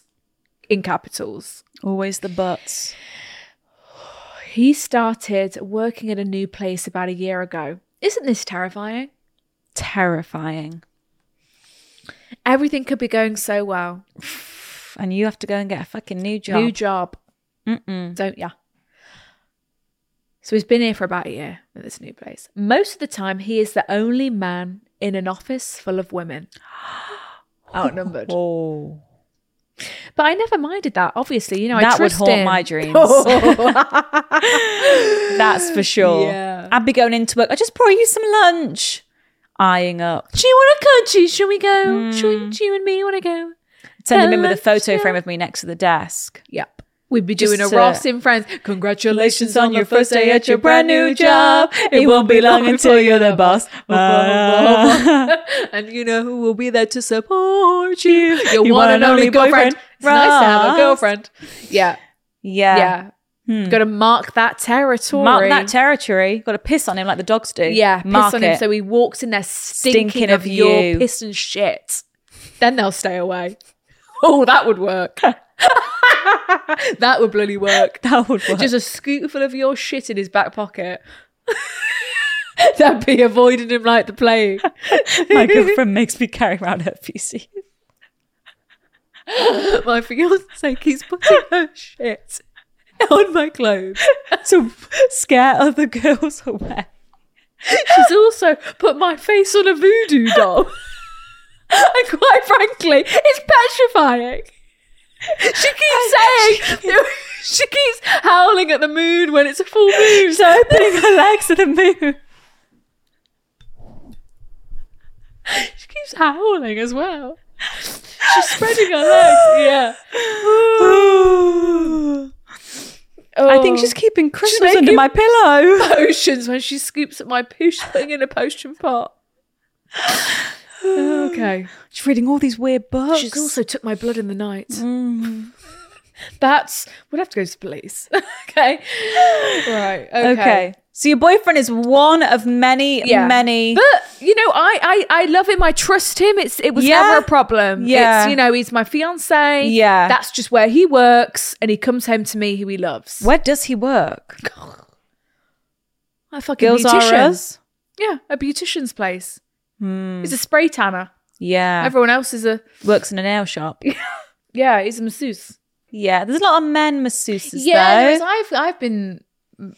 A: in capitals.
C: Always the buts.
A: He started working at a new place about a year ago. Isn't this terrifying?
C: Terrifying.
A: Everything could be going so well.
C: And you have to go and get a fucking new job.
A: New job,
C: Mm-mm.
A: don't ya? So he's been here for about a year at this new place. Most of the time, he is the only man in an office full of women. Outnumbered.
C: Oh.
A: But I never minded that, obviously. You know, I
C: that would
A: trust
C: haunt
A: him.
C: my dreams. That's for sure.
A: Yeah.
C: I'd be going into work. I just pour you some lunch. Eyeing up.
A: Do you want to go? Do you- Shall we go?
C: Hmm.
A: Shall we, do you and me want to go?
C: Send him in with a
A: Lunch,
C: photo
A: yeah.
C: frame of me next to the desk.
A: Yep. We'd be
C: Just
A: doing a
C: to-
A: Ross in Friends. Congratulations on your first day at your brand new job.
C: It won't be long until you're the boss.
A: and you know who will be there to support you. Your one and only girlfriend. It's nice to have a
C: Ross.
A: girlfriend. Yeah.
C: Yeah.
A: Yeah. Got to mark that territory.
C: Mark that territory. Got to piss on him like the dogs do.
A: Yeah.
C: Mark
A: piss on him
C: it.
A: so he walks in there stinking,
C: Stinking
A: of,
C: of
A: your
C: you.
A: piss and shit. Then they'll stay away. Oh, that would work. that would bloody work.
C: that would work.
A: Just a scoop full of your shit in his back pocket. That'd be avoiding him like the plague.
C: My girlfriend makes me carry around her PC.
A: My fiance keeps putting her shit on my clothes.
C: to scare other girls away.
A: She's also put my face on a voodoo doll. and quite frankly, it's petrifying. She keeps saying, she keeps howling at the moon when it's a full moon.
C: She's opening her legs to the moon.
A: She keeps howling as well. She's spreading her legs. Yeah.
C: I
A: Oh.
C: think she's keeping Christmas
A: making-
C: under my pillow.
A: potions when she scoops at my push thing in a potion pot. okay.
C: She's reading all these weird books.
A: She's also took my blood in the night. Mm. That's we'll have to go to police. okay. Right. Okay.
C: okay. So your boyfriend is one of many,
A: Yeah.
C: many.
A: But you know, I, I I love him. I trust him. It's it was
C: Yeah.
A: never a problem.
C: Yeah.
A: It's you know, he's my fiance.
C: Yeah.
A: That's just where he works and he comes home to me who he loves.
C: Where does he work?
A: I fucking
C: Girls are
A: beautician.
C: us.
A: Yeah, a beautician's place. He's a spray tanner.
C: Yeah.
A: Everyone else is a
C: Works in a nail shop.
A: yeah, he's a masseuse.
C: Yeah. There's a lot of men masseuses
A: Yeah, there
C: though.
A: is. I've I've been mm,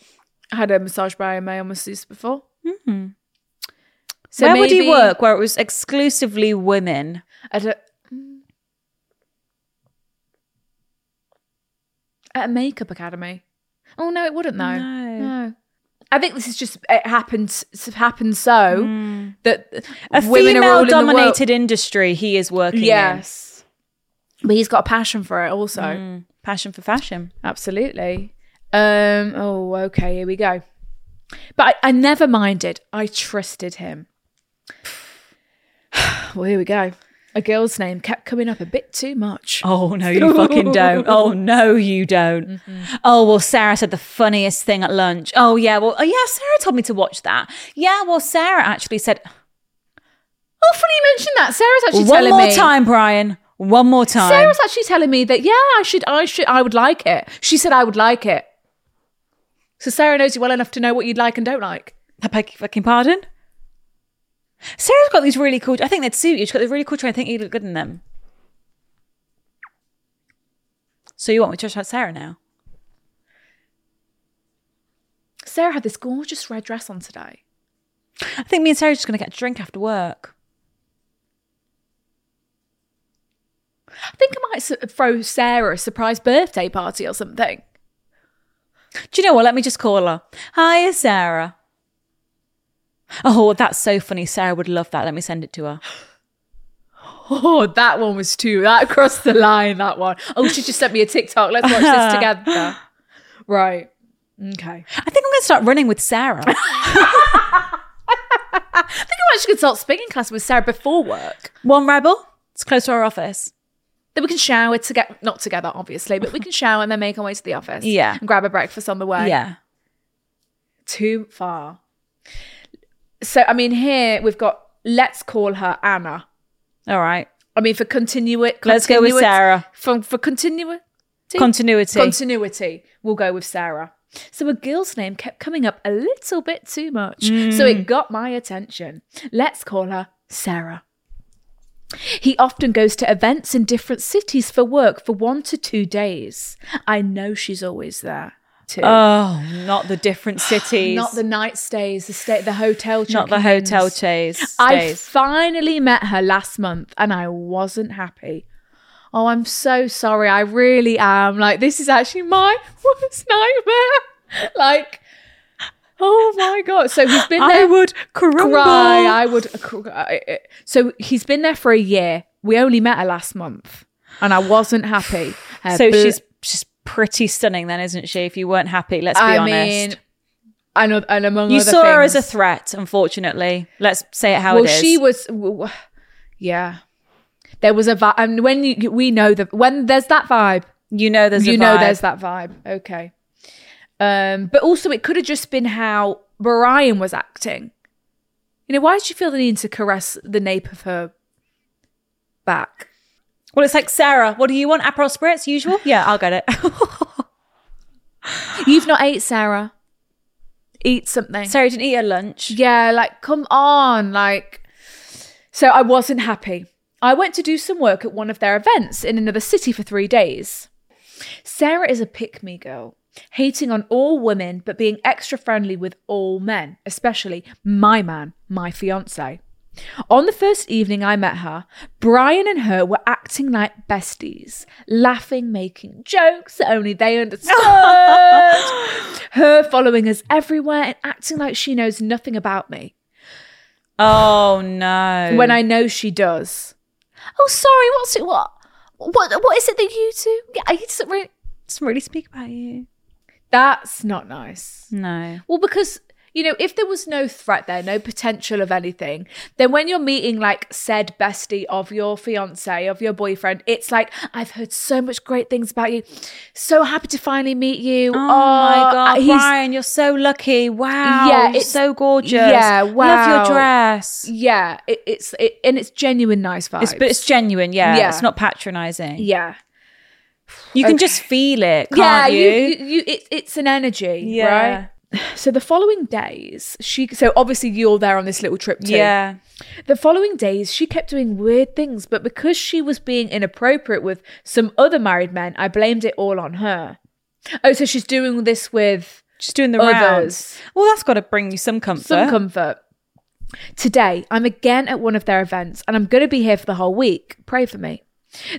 A: had a massage by a male masseuse before.
C: Mhm.
A: So
C: where would he
A: maybe-
C: work? Where it was exclusively women.
A: At a mm. at a makeup academy. Oh no, it wouldn't though.
C: No.
A: I think this is just it happened s- happened so that
C: Mm.
A: women are all
C: A
A: in the world-
C: female-dominated industry. He is working. in.
A: Yes. But he's got a passion for it also.
C: Mm. passion for fashion.
A: Absolutely. Um, oh, okay, here we go. But I, I never minded. I trusted him. well, here we go. A girl's name kept coming up a bit too much.
C: Oh no, you fucking don't. Oh no, you don't.
A: Mm-hmm.
C: Oh well, Sarah said the funniest thing at lunch. Oh yeah, well oh, yeah, Sarah told me to watch that. Yeah, well, Sarah actually said
A: Oh, funny you mentioned that. Sarah's actually
C: one
A: telling
C: more
A: me.
C: time, Brian. One more time.
A: Sarah's actually telling me that yeah, I should, I should, I would like it. She said I would like it. So Sarah knows you well enough to know what you'd like and don't like.
C: I beg your fucking pardon. Sarah's got these really cool. I think they'd suit you. She's got the really cool train. I think you look good in them. So you want me to shout Sarah now?
A: Sarah had this gorgeous red dress on today.
C: I think me and Sarah are just going to get a drink after work.
A: I think I might su- throw Sarah a surprise birthday party or something.
C: Do you know what? Let me just call her. Hi, Sarah. Oh, that's so funny. Sarah would love that. Let me send it to her.
A: Oh, that one was too. That crossed the line, that one. Oh, she just sent me a TikTok. Let's watch this together. Right. Okay.
C: I think I'm going to start running with Sarah.
A: I think I actually could start spinning class with Sarah before work.
C: One rebel. It's close to our office.
A: Then we can shower to get not together, obviously, but we can shower and then make our way to the office.
C: Yeah.
A: And grab a breakfast on the way.
C: Yeah.
A: Too far. So I mean here we've got let's call her Anna.
C: All right.
A: I mean for continue it
C: Let's go with Sarah.
A: For for continue
C: Continuity.
A: continuity. We'll go with Sarah. So a girl's name kept coming up a little bit too much. So
C: Mm.
A: it got my attention. Let's call her Sarah. He often goes to events in different cities for work for one to two days. I know she's always there too.
C: oh, not the different cities.
A: Not the night stays, the stay, the hotel.
C: not the
A: check-ins.
C: hotel chase.
A: I
C: days.
A: finally met her last month, and I wasn't happy. Oh, I'm so sorry. I really am. Like, this is actually my worst nightmare. Like, oh my god. So he's been there.
C: I would crumble.
A: cry. I would. cr- I- So he's been there for a year. We only met her last month, and I wasn't happy. Her
C: so
A: bl-
C: she's she's pretty stunning, then, isn't she? If you weren't happy, let's be
A: I
C: honest.
A: mean, and, oth- and among
C: you
A: other
C: saw her as a
A: things-
C: threat, unfortunately. Let's say it how
A: well,
C: it is.
A: she was. w- w- Yeah, there was a vibe, and when you we know that when there's that vibe,
C: you know, there's
A: you
C: a
A: know
C: vibe.
A: there's that vibe. Okay, um, but also it could have just been how Brian was acting. You know, why did she feel the need to caress the nape of her back?
C: Well, it's like Sarah. What do you want? Aperol spritz, usual. Yeah, I'll get it.
A: You've not ate, Sarah. Eat something.
C: Sarah didn't eat her lunch.
A: Yeah, like come on, like so I wasn't happy. I went to do some work at one of their events in another city for 3 days. Sarah is a pick-me girl, hating on all women but being extra friendly with all men, especially my man, my fiance. On the first evening I met her, Brian and her were acting like besties, laughing, making jokes that only they understood her following us everywhere and acting like she knows nothing about me
C: Oh no.
A: when I know she does. Oh, sorry, what's it? What? What? What is it that you do? Yeah, I just really,
C: just really speak about you.
A: that's not nice.
C: No.
A: Well, because you know, if there was no threat there, no potential of anything, then when you're meeting like said bestie of your fiance, of your boyfriend, it's like, I've heard so much great things about you. So happy to finally meet you.
C: Oh, my god,
A: uh, he's-
C: Brian, you're so lucky. Wow.
A: Yeah,
C: Yeah,
A: it's-
C: it's so gorgeous.
A: yeah,
C: Love
A: wow.
C: your dress.
A: Yeah, it, it's it, and it's genuine nice vibes.
C: It's but it's genuine, yeah.
A: Yeah.
C: It's not patronizing.
A: yeah,
C: You can
A: Okay.
C: just feel it, can't
A: yeah.
C: you?
A: You, you, you it, it's an energy,
C: Yeah.
A: right? So the following days, she so obviously you're there on this little trip too.
C: yeah.
A: The following days, she kept doing weird things, but because she was being inappropriate with some other married men, I blamed it all on her. Oh, so she's doing this with
C: Just doing the
A: Others.
C: rounds. Well, that's got to bring you some comfort.
A: some comfort. Today, I'm again at one of their events and I'm going to be here for the whole week. Pray for me.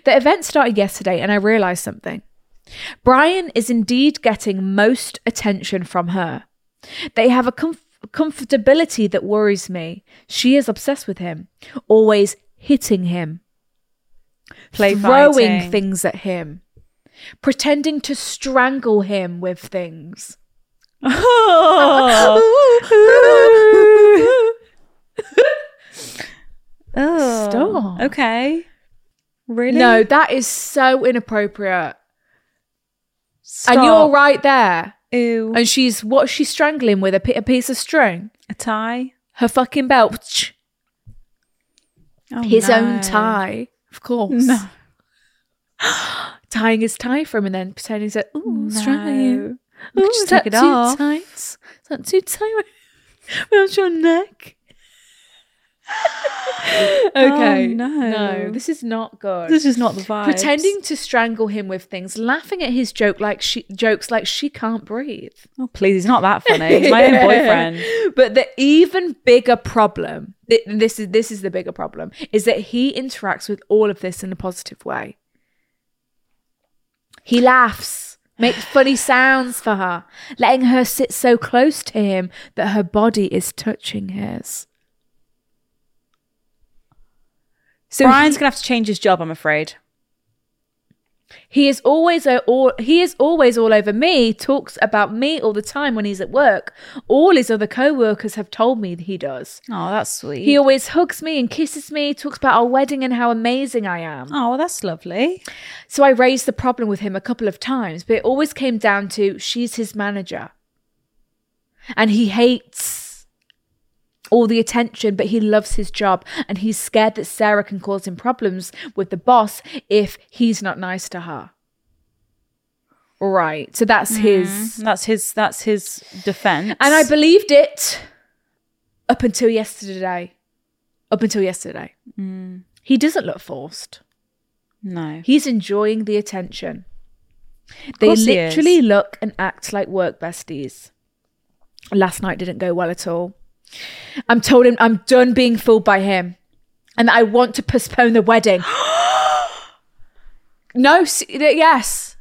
A: The event started yesterday and I realized something. Brian is indeed getting most attention from her. They have a comf- comfortability that worries me. She is obsessed with him, always hitting him,
C: Play
A: throwing
C: fighting.
A: things at him, pretending to strangle him with things.
C: oh.
A: Stop.
C: Okay. Really?
A: No, that is so inappropriate.
C: Stop.
A: And you're right there.
C: Ew.
A: And she's what's she strangling with? A, pi- a piece of string?
C: A tie.
A: Her fucking belt. Tch.
C: Oh,
A: his own
C: no.
A: tie. Of course.
C: No.
A: Tying his tie for him and then pretending to, ooh, strangling you.
C: No.
A: Ooh,
C: Just
A: is that
C: take it
A: too
C: off.
A: tight? Is that too tight around your neck? Okay.
C: Oh, no.
A: No, this is not good.
C: This is not the vibe.
A: Pretending to strangle him with things, laughing at his joke like she jokes like she can't breathe.
C: Oh, please, he's not that funny. He's my own boyfriend.
A: But the even bigger problem, th- this is this is the bigger problem, is that he interacts with all of this in a positive way. He laughs, makes funny sounds for her, letting her sit so close to him that her body is touching his. So
C: Brian's
A: he-
C: gonna have to change his job, I'm afraid.
A: He is always o- all he is always all over me, talks about me all the time when he's at work. All his other co-workers have told me he does.
C: Oh, that's sweet.
A: He always hugs me and kisses me, talks about our wedding and how amazing I am.
C: oh, that's lovely.
A: So I raised the problem with him a couple of times, but it always came down to she's his manager. And he hates all the attention, but he loves his job. And he's scared that Sarah can cause him problems with the boss if he's not nice to her. Right. So Mm-hmm. that's
C: Hmm,
A: his.
C: That's his. That's his defense.
A: And I believed it up until yesterday. Up until yesterday. He doesn't look forced.
C: no.
A: He's enjoying the attention. They
C: course he is.
A: literally look and act like work besties. Last night didn't go well at all. I'm told him I'm done being fooled by him and that I want to postpone the wedding. no, s- yes.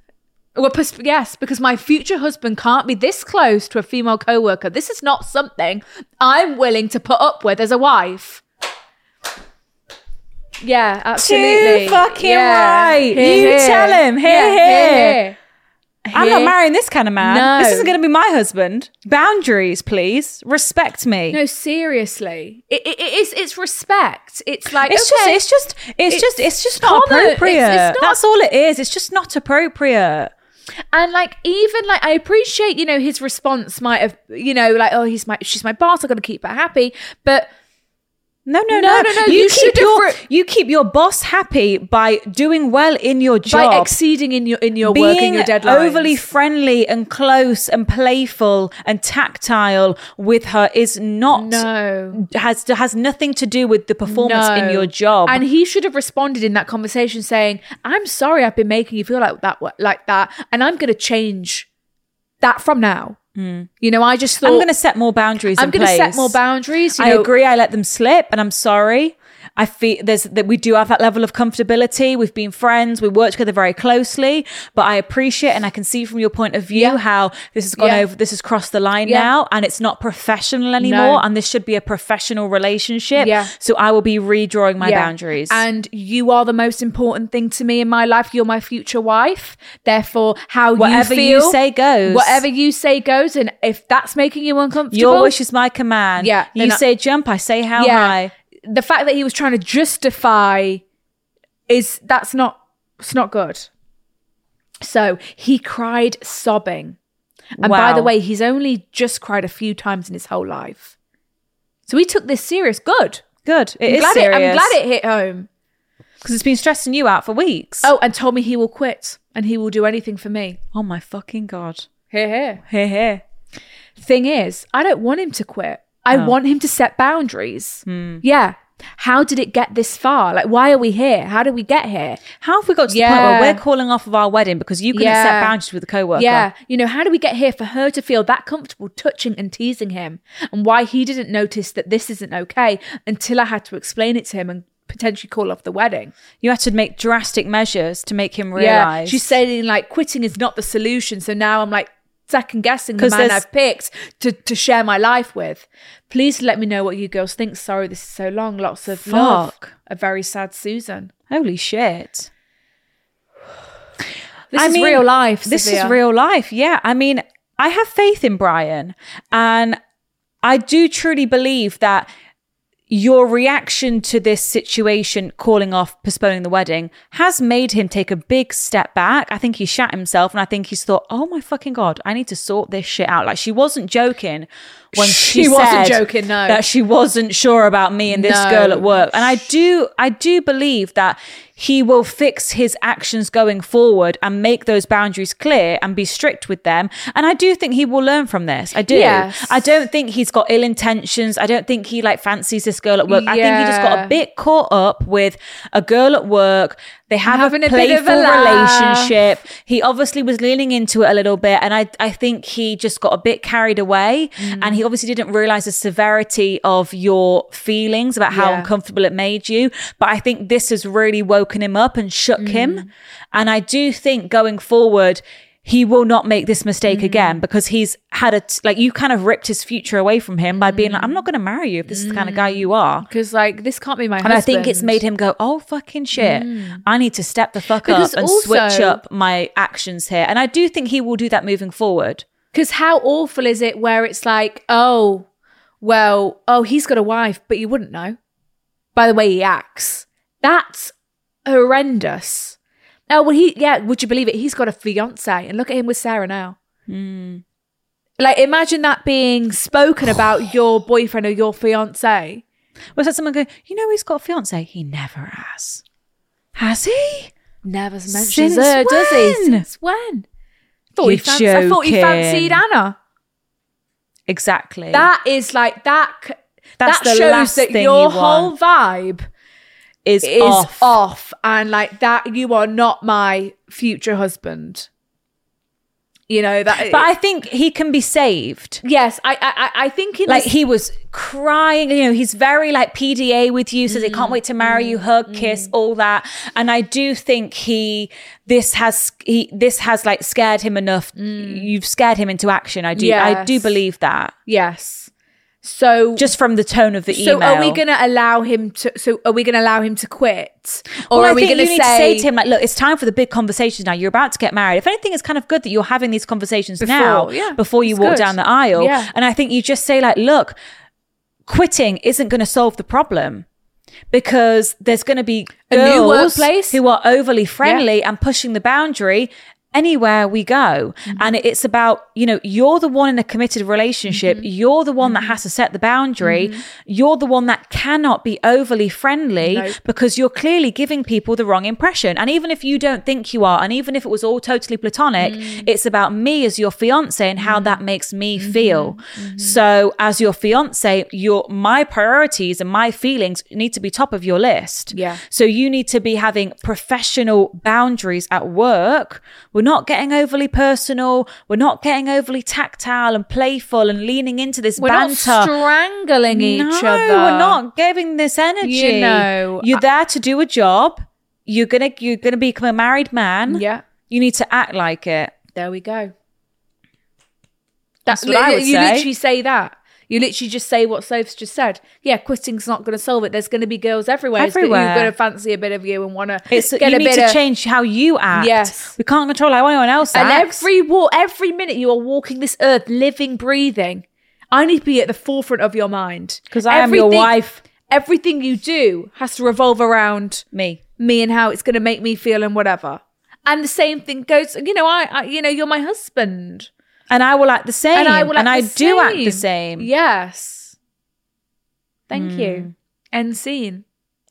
A: Well, pos- yes, because my future husband can't be this close to a female coworker. This is not something I'm willing to put up with as a wife. Yeah, absolutely.
C: Too fucking
A: Yeah.
C: right.
A: Hear,
C: you
A: hear.
C: tell him. Here,
A: Yeah,
C: here.
A: hear,
C: I'm not
A: hear.
C: marrying this kind of man.
A: No.
C: This isn't going to be my husband. Boundaries, please. Respect me.
A: No, seriously. It, it, it is. It's respect. It's like
C: It's
A: okay.
C: just, it's just, it's,
A: It's
C: just, it's just not
A: common. It's- it's
C: appropriate.
A: not-
C: That's all it is. It's just not appropriate.
A: and like even like I appreciate you know his response might have you know like oh he's my she's my boss I got to keep her happy but
C: No, no,
A: No,
C: no,
A: no, no,
C: You,
A: you should
C: keep
A: have
C: your,
A: re-
C: you keep your boss happy by doing well in your job.
A: by exceeding in your in your work
C: being
A: and your deadlines
C: overly friendly and close and playful and tactile with her is not
A: no
C: has has nothing to do with the performance
A: No.
C: in your job.
A: And he should have responded in that conversation saying, "I'm sorry, I've been making you feel like that, wa- like that, and I'm going to change that from now." You know, I just thought
C: Hmm. I'm going to set more boundaries.
A: I'm
C: going
A: gonna set more boundaries. you
C: I
A: know.
C: agree. I let them slip, and I'm sorry. I feel there's that we do have that level of comfortability. We've been friends. We work together very closely, but I appreciate and I can see from your point of view
A: Yeah.
C: how this has gone
A: Yeah.
C: over. This has crossed the line
A: Yeah.
C: now, and it's not professional anymore. And this should be a professional relationship.
A: Yeah.
C: So I will be redrawing my
A: Yeah.
C: boundaries.
A: And you are the most important thing to me in my life. You're my future wife. Therefore, how
C: Whatever
A: you feel,
C: you say goes.
A: Whatever you say goes. And if that's making you uncomfortable,
C: your wish is my command.
A: Yeah,
C: You
A: then I-
C: say jump. I say how high.
A: The fact that he was trying to justify is that's not it's not good. So he cried sobbing. And by the
C: Wow.
A: way, he's only just cried a few times in his whole life. So he took this serious. Good.
C: Good. It
A: I'm
C: is
A: glad it,
C: serious.
A: I'm glad it hit home.
C: because it's been stressing you out for weeks.
A: Oh, and told me he will quit and he will do anything for me.
C: oh my fucking god.
A: Here, here.
C: Here, here.
A: Thing is, I don't want him to quit. I want him to set boundaries. Yeah. How did it get this far? Like, why are we here? How did we get here?
C: How have we got to the point
A: Yeah.
C: where we're calling off of our wedding because you couldn't
A: Yeah.
C: set boundaries with a coworker?
A: Yeah. You know, how do we get here for her to feel that comfortable touching and teasing him? And why he didn't notice that this isn't okay until I had to explain it to him and potentially call off the wedding.
C: You had to make drastic measures to make him
A: Yeah.
C: realize.
A: She's saying, like, quitting is not the solution. So now I'm like, second guessing the
C: 'Cause
A: man
C: there's-
A: I've picked to, to share my life with. Please let me know what you girls think. Sorry, this is so long. Lots of love.
C: Fuck.
A: A very sad Susan.
C: holy shit.
A: This
C: I
A: is
C: mean,
A: real life.
C: This is
A: Sophia.
C: real life. Yeah. I mean, I have faith in Brian and I do truly believe that your reaction to this situation, calling off, postponing the wedding, has made him take a big step back. I think he shat himself and I think he's thought, oh my fucking God, I need to sort this shit out. Like she wasn't joking when she,
A: She wasn't
C: said
A: joking, no.
C: That she wasn't sure about me and this
A: No.
C: girl at work. And I do, I do believe that he will fix his actions going forward and make those boundaries clear and be strict with them. And I do think he will learn from this. I do.
A: Yes.
C: I don't think he's got ill intentions. I don't think he like fancies this girl at work. I think he just got
A: Yeah.
C: a bit caught up with a girl at work. They have
A: Having
C: a
A: a bit of
C: playful
A: a laugh.
C: relationship. He obviously was leaning into it a little bit, and I I think he just got a bit carried away, and he obviously didn't realize the severity of your feelings about how
A: Yeah.
C: uncomfortable it made you. But I think this has really woken him up and shook him, and I do think going forward. He will not make this mistake again because he's had a t- like you kind of ripped his future away from him by being like I'm not going to marry you if this is the kind of guy you are.
A: Because like this can't be my
C: And I think it's
A: husband. Mm.
C: made him go, oh fucking shit! I need to step the fuck
A: Because
C: up and
A: also-
C: switch up my actions here. And I do think he will do that moving forward.
A: Because how awful is it where it's like, oh, well, oh, he's got a wife, but you wouldn't know by the way he acts. That's horrendous. Oh, well, he, yeah, would you believe it? He's got a fiance, and look at him with Sarah now.
C: Hmm.
A: Like, imagine that being spoken about your boyfriend or your fiance.
C: Was that someone go? You know, he's got a fiance. He never has. Has he?
A: Never mentions
C: Since
A: her, does he?
C: Uh, when?
A: Since when? Thought he
C: You're
A: fanc- I thought he
C: joking.
A: fancied Anna.
C: Exactly.
A: That is like that. c-
C: That's
A: that
C: the
A: shows
C: last
A: that
C: thing
A: your
C: you
A: whole
C: want.
A: vibe
C: is,
A: is
C: off.
A: off. and like that you are not my future husband you know that
C: But I think he can be saved.
A: yes i i I- i think in
C: Like
A: this-
C: he was crying, you know, he's very like PDA with you, says he can't wait to marry
A: Mm,
C: you, hug, kiss, all that. And I do think he this has he this has like scared him enough. You've scared him into action. I do I do
A: Mm. Yes.
C: believe that.
A: yes so
C: Just from the tone of the
A: so
C: email.
A: are we gonna allow him to so are we gonna allow him to quit or
C: Or
A: are we
C: think
A: gonna
C: you need to say to him like, look, it's time for the big conversations now. You're about to get married. If anything, it's kind of good that you're having these conversations
A: Before,
C: now
A: yeah,
C: before you
A: it's
C: walk
A: good.
C: down the aisle.
A: Yeah.
C: And I think you just say like, look, quitting isn't going to solve the problem because there's going to be
A: A new
C: girls
A: workplace?
C: who are overly friendly and pushing the boundary anywhere we go
A: Mm-hmm.
C: and it's about you know you're the one in a committed relationship
A: Mm-hmm.
C: you're the one that has to set the boundary you're the one that cannot be overly friendly
A: Nope.
C: because you're clearly giving people the wrong impression and even if you don't think you are and even if it was all totally platonic
A: Mm.
C: it's about me as your fiance and how
A: Mm-hmm.
C: that makes me feel so as your fiance your my priorities and my feelings need to be top of your list
A: Yeah.
C: so you need to be having professional boundaries at work. We're not getting overly personal. We're not getting overly tactile and playful and leaning into this
A: we're
C: banter.
A: not strangling each
C: no,
A: other
C: we're not giving this energy.
A: You know,
C: you're
A: I-
C: there to do a job. You're gonna you're gonna become a married man.
A: yeah
C: You need to act like it.
A: there we go
C: That's what I would
A: you
C: say.
A: literally say that. You literally just say what Soph's just said. Yeah, quitting's not going to solve it. There's going to be girls everywhere,
C: Everywhere.
A: who's going to fancy a bit of you and want to
C: It's
A: get
C: you
A: a
C: need
A: bit
C: to
A: of
C: change how you act.
A: Yes.
C: We can't control how anyone else
A: And
C: acts.
A: every war, every minute you are walking this earth, living, breathing. I need to be at the forefront of your mind
C: 'Cause I am your
A: Everything-
C: wife.
A: Everything you do has to revolve around
C: me.
A: me and how it's going to make me feel and whatever. And the same thing goes. You know, I, I you know, you're my husband,
C: And I will act the same.
A: and I will. act
C: I
A: the
C: do act the same.
A: Yes. Thank you. End scene.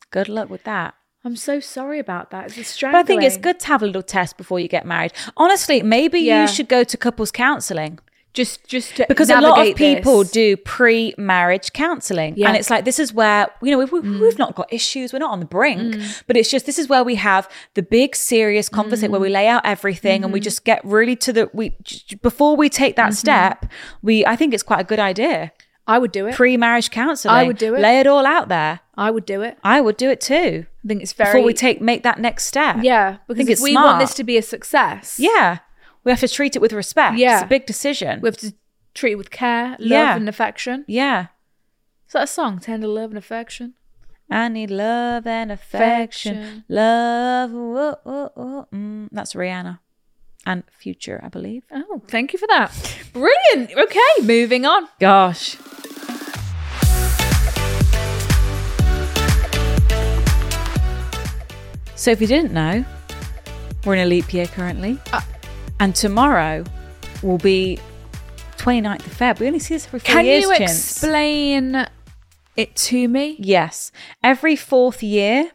C: Good luck with that.
A: I'm so sorry about that. It's a
C: But I think it's
A: strangling.
C: good to have a little test before you get married. Honestly, maybe
A: Yeah.
C: you should go to couples counselling
A: Just, just to
C: because a lot of
A: navigate this.
C: people do pre-marriage counselling,
A: Yeah. Mm.
C: and it's like this is where you know if we, we've not got issues, we're not on the brink, but it's just this is where we have the big serious conversation where we
A: Mm.
C: lay out everything and we
A: Mm-hmm.
C: just get really to the we j- j- before we take that step. We I think it's quite a good idea.
A: I would do it.
C: Pre-marriage counselling,
A: would do it.
C: Lay it all out there.
A: I would do it.
C: I would do it too
A: I think it's very.
C: before we take make that next step.
A: yeah,
C: I
A: because
C: think
A: if
C: it's
A: we
C: smart.
A: want this to be a success.
C: Yeah. We have to treat it with respect.
A: Yeah.
C: It's a big decision.
A: we have to treat it with care, love,
C: Yeah.
A: and affection.
C: yeah.
A: Is that a song? Tender love and affection.
C: I need love and affection.
A: Affection.
C: Love. Whoa, whoa, whoa. Mm, that's Rihanna. And Future, I believe.
A: Oh, thank you for that. Brilliant. Okay, moving on.
C: Gosh. So, if you didn't know, we're in a leap year currently.
A: Uh.
C: and tomorrow will be 29th of Feb. We only see this every four
A: Can
C: years,
A: you
C: gents.
A: explain it to me?
C: Yes. Every fourth year,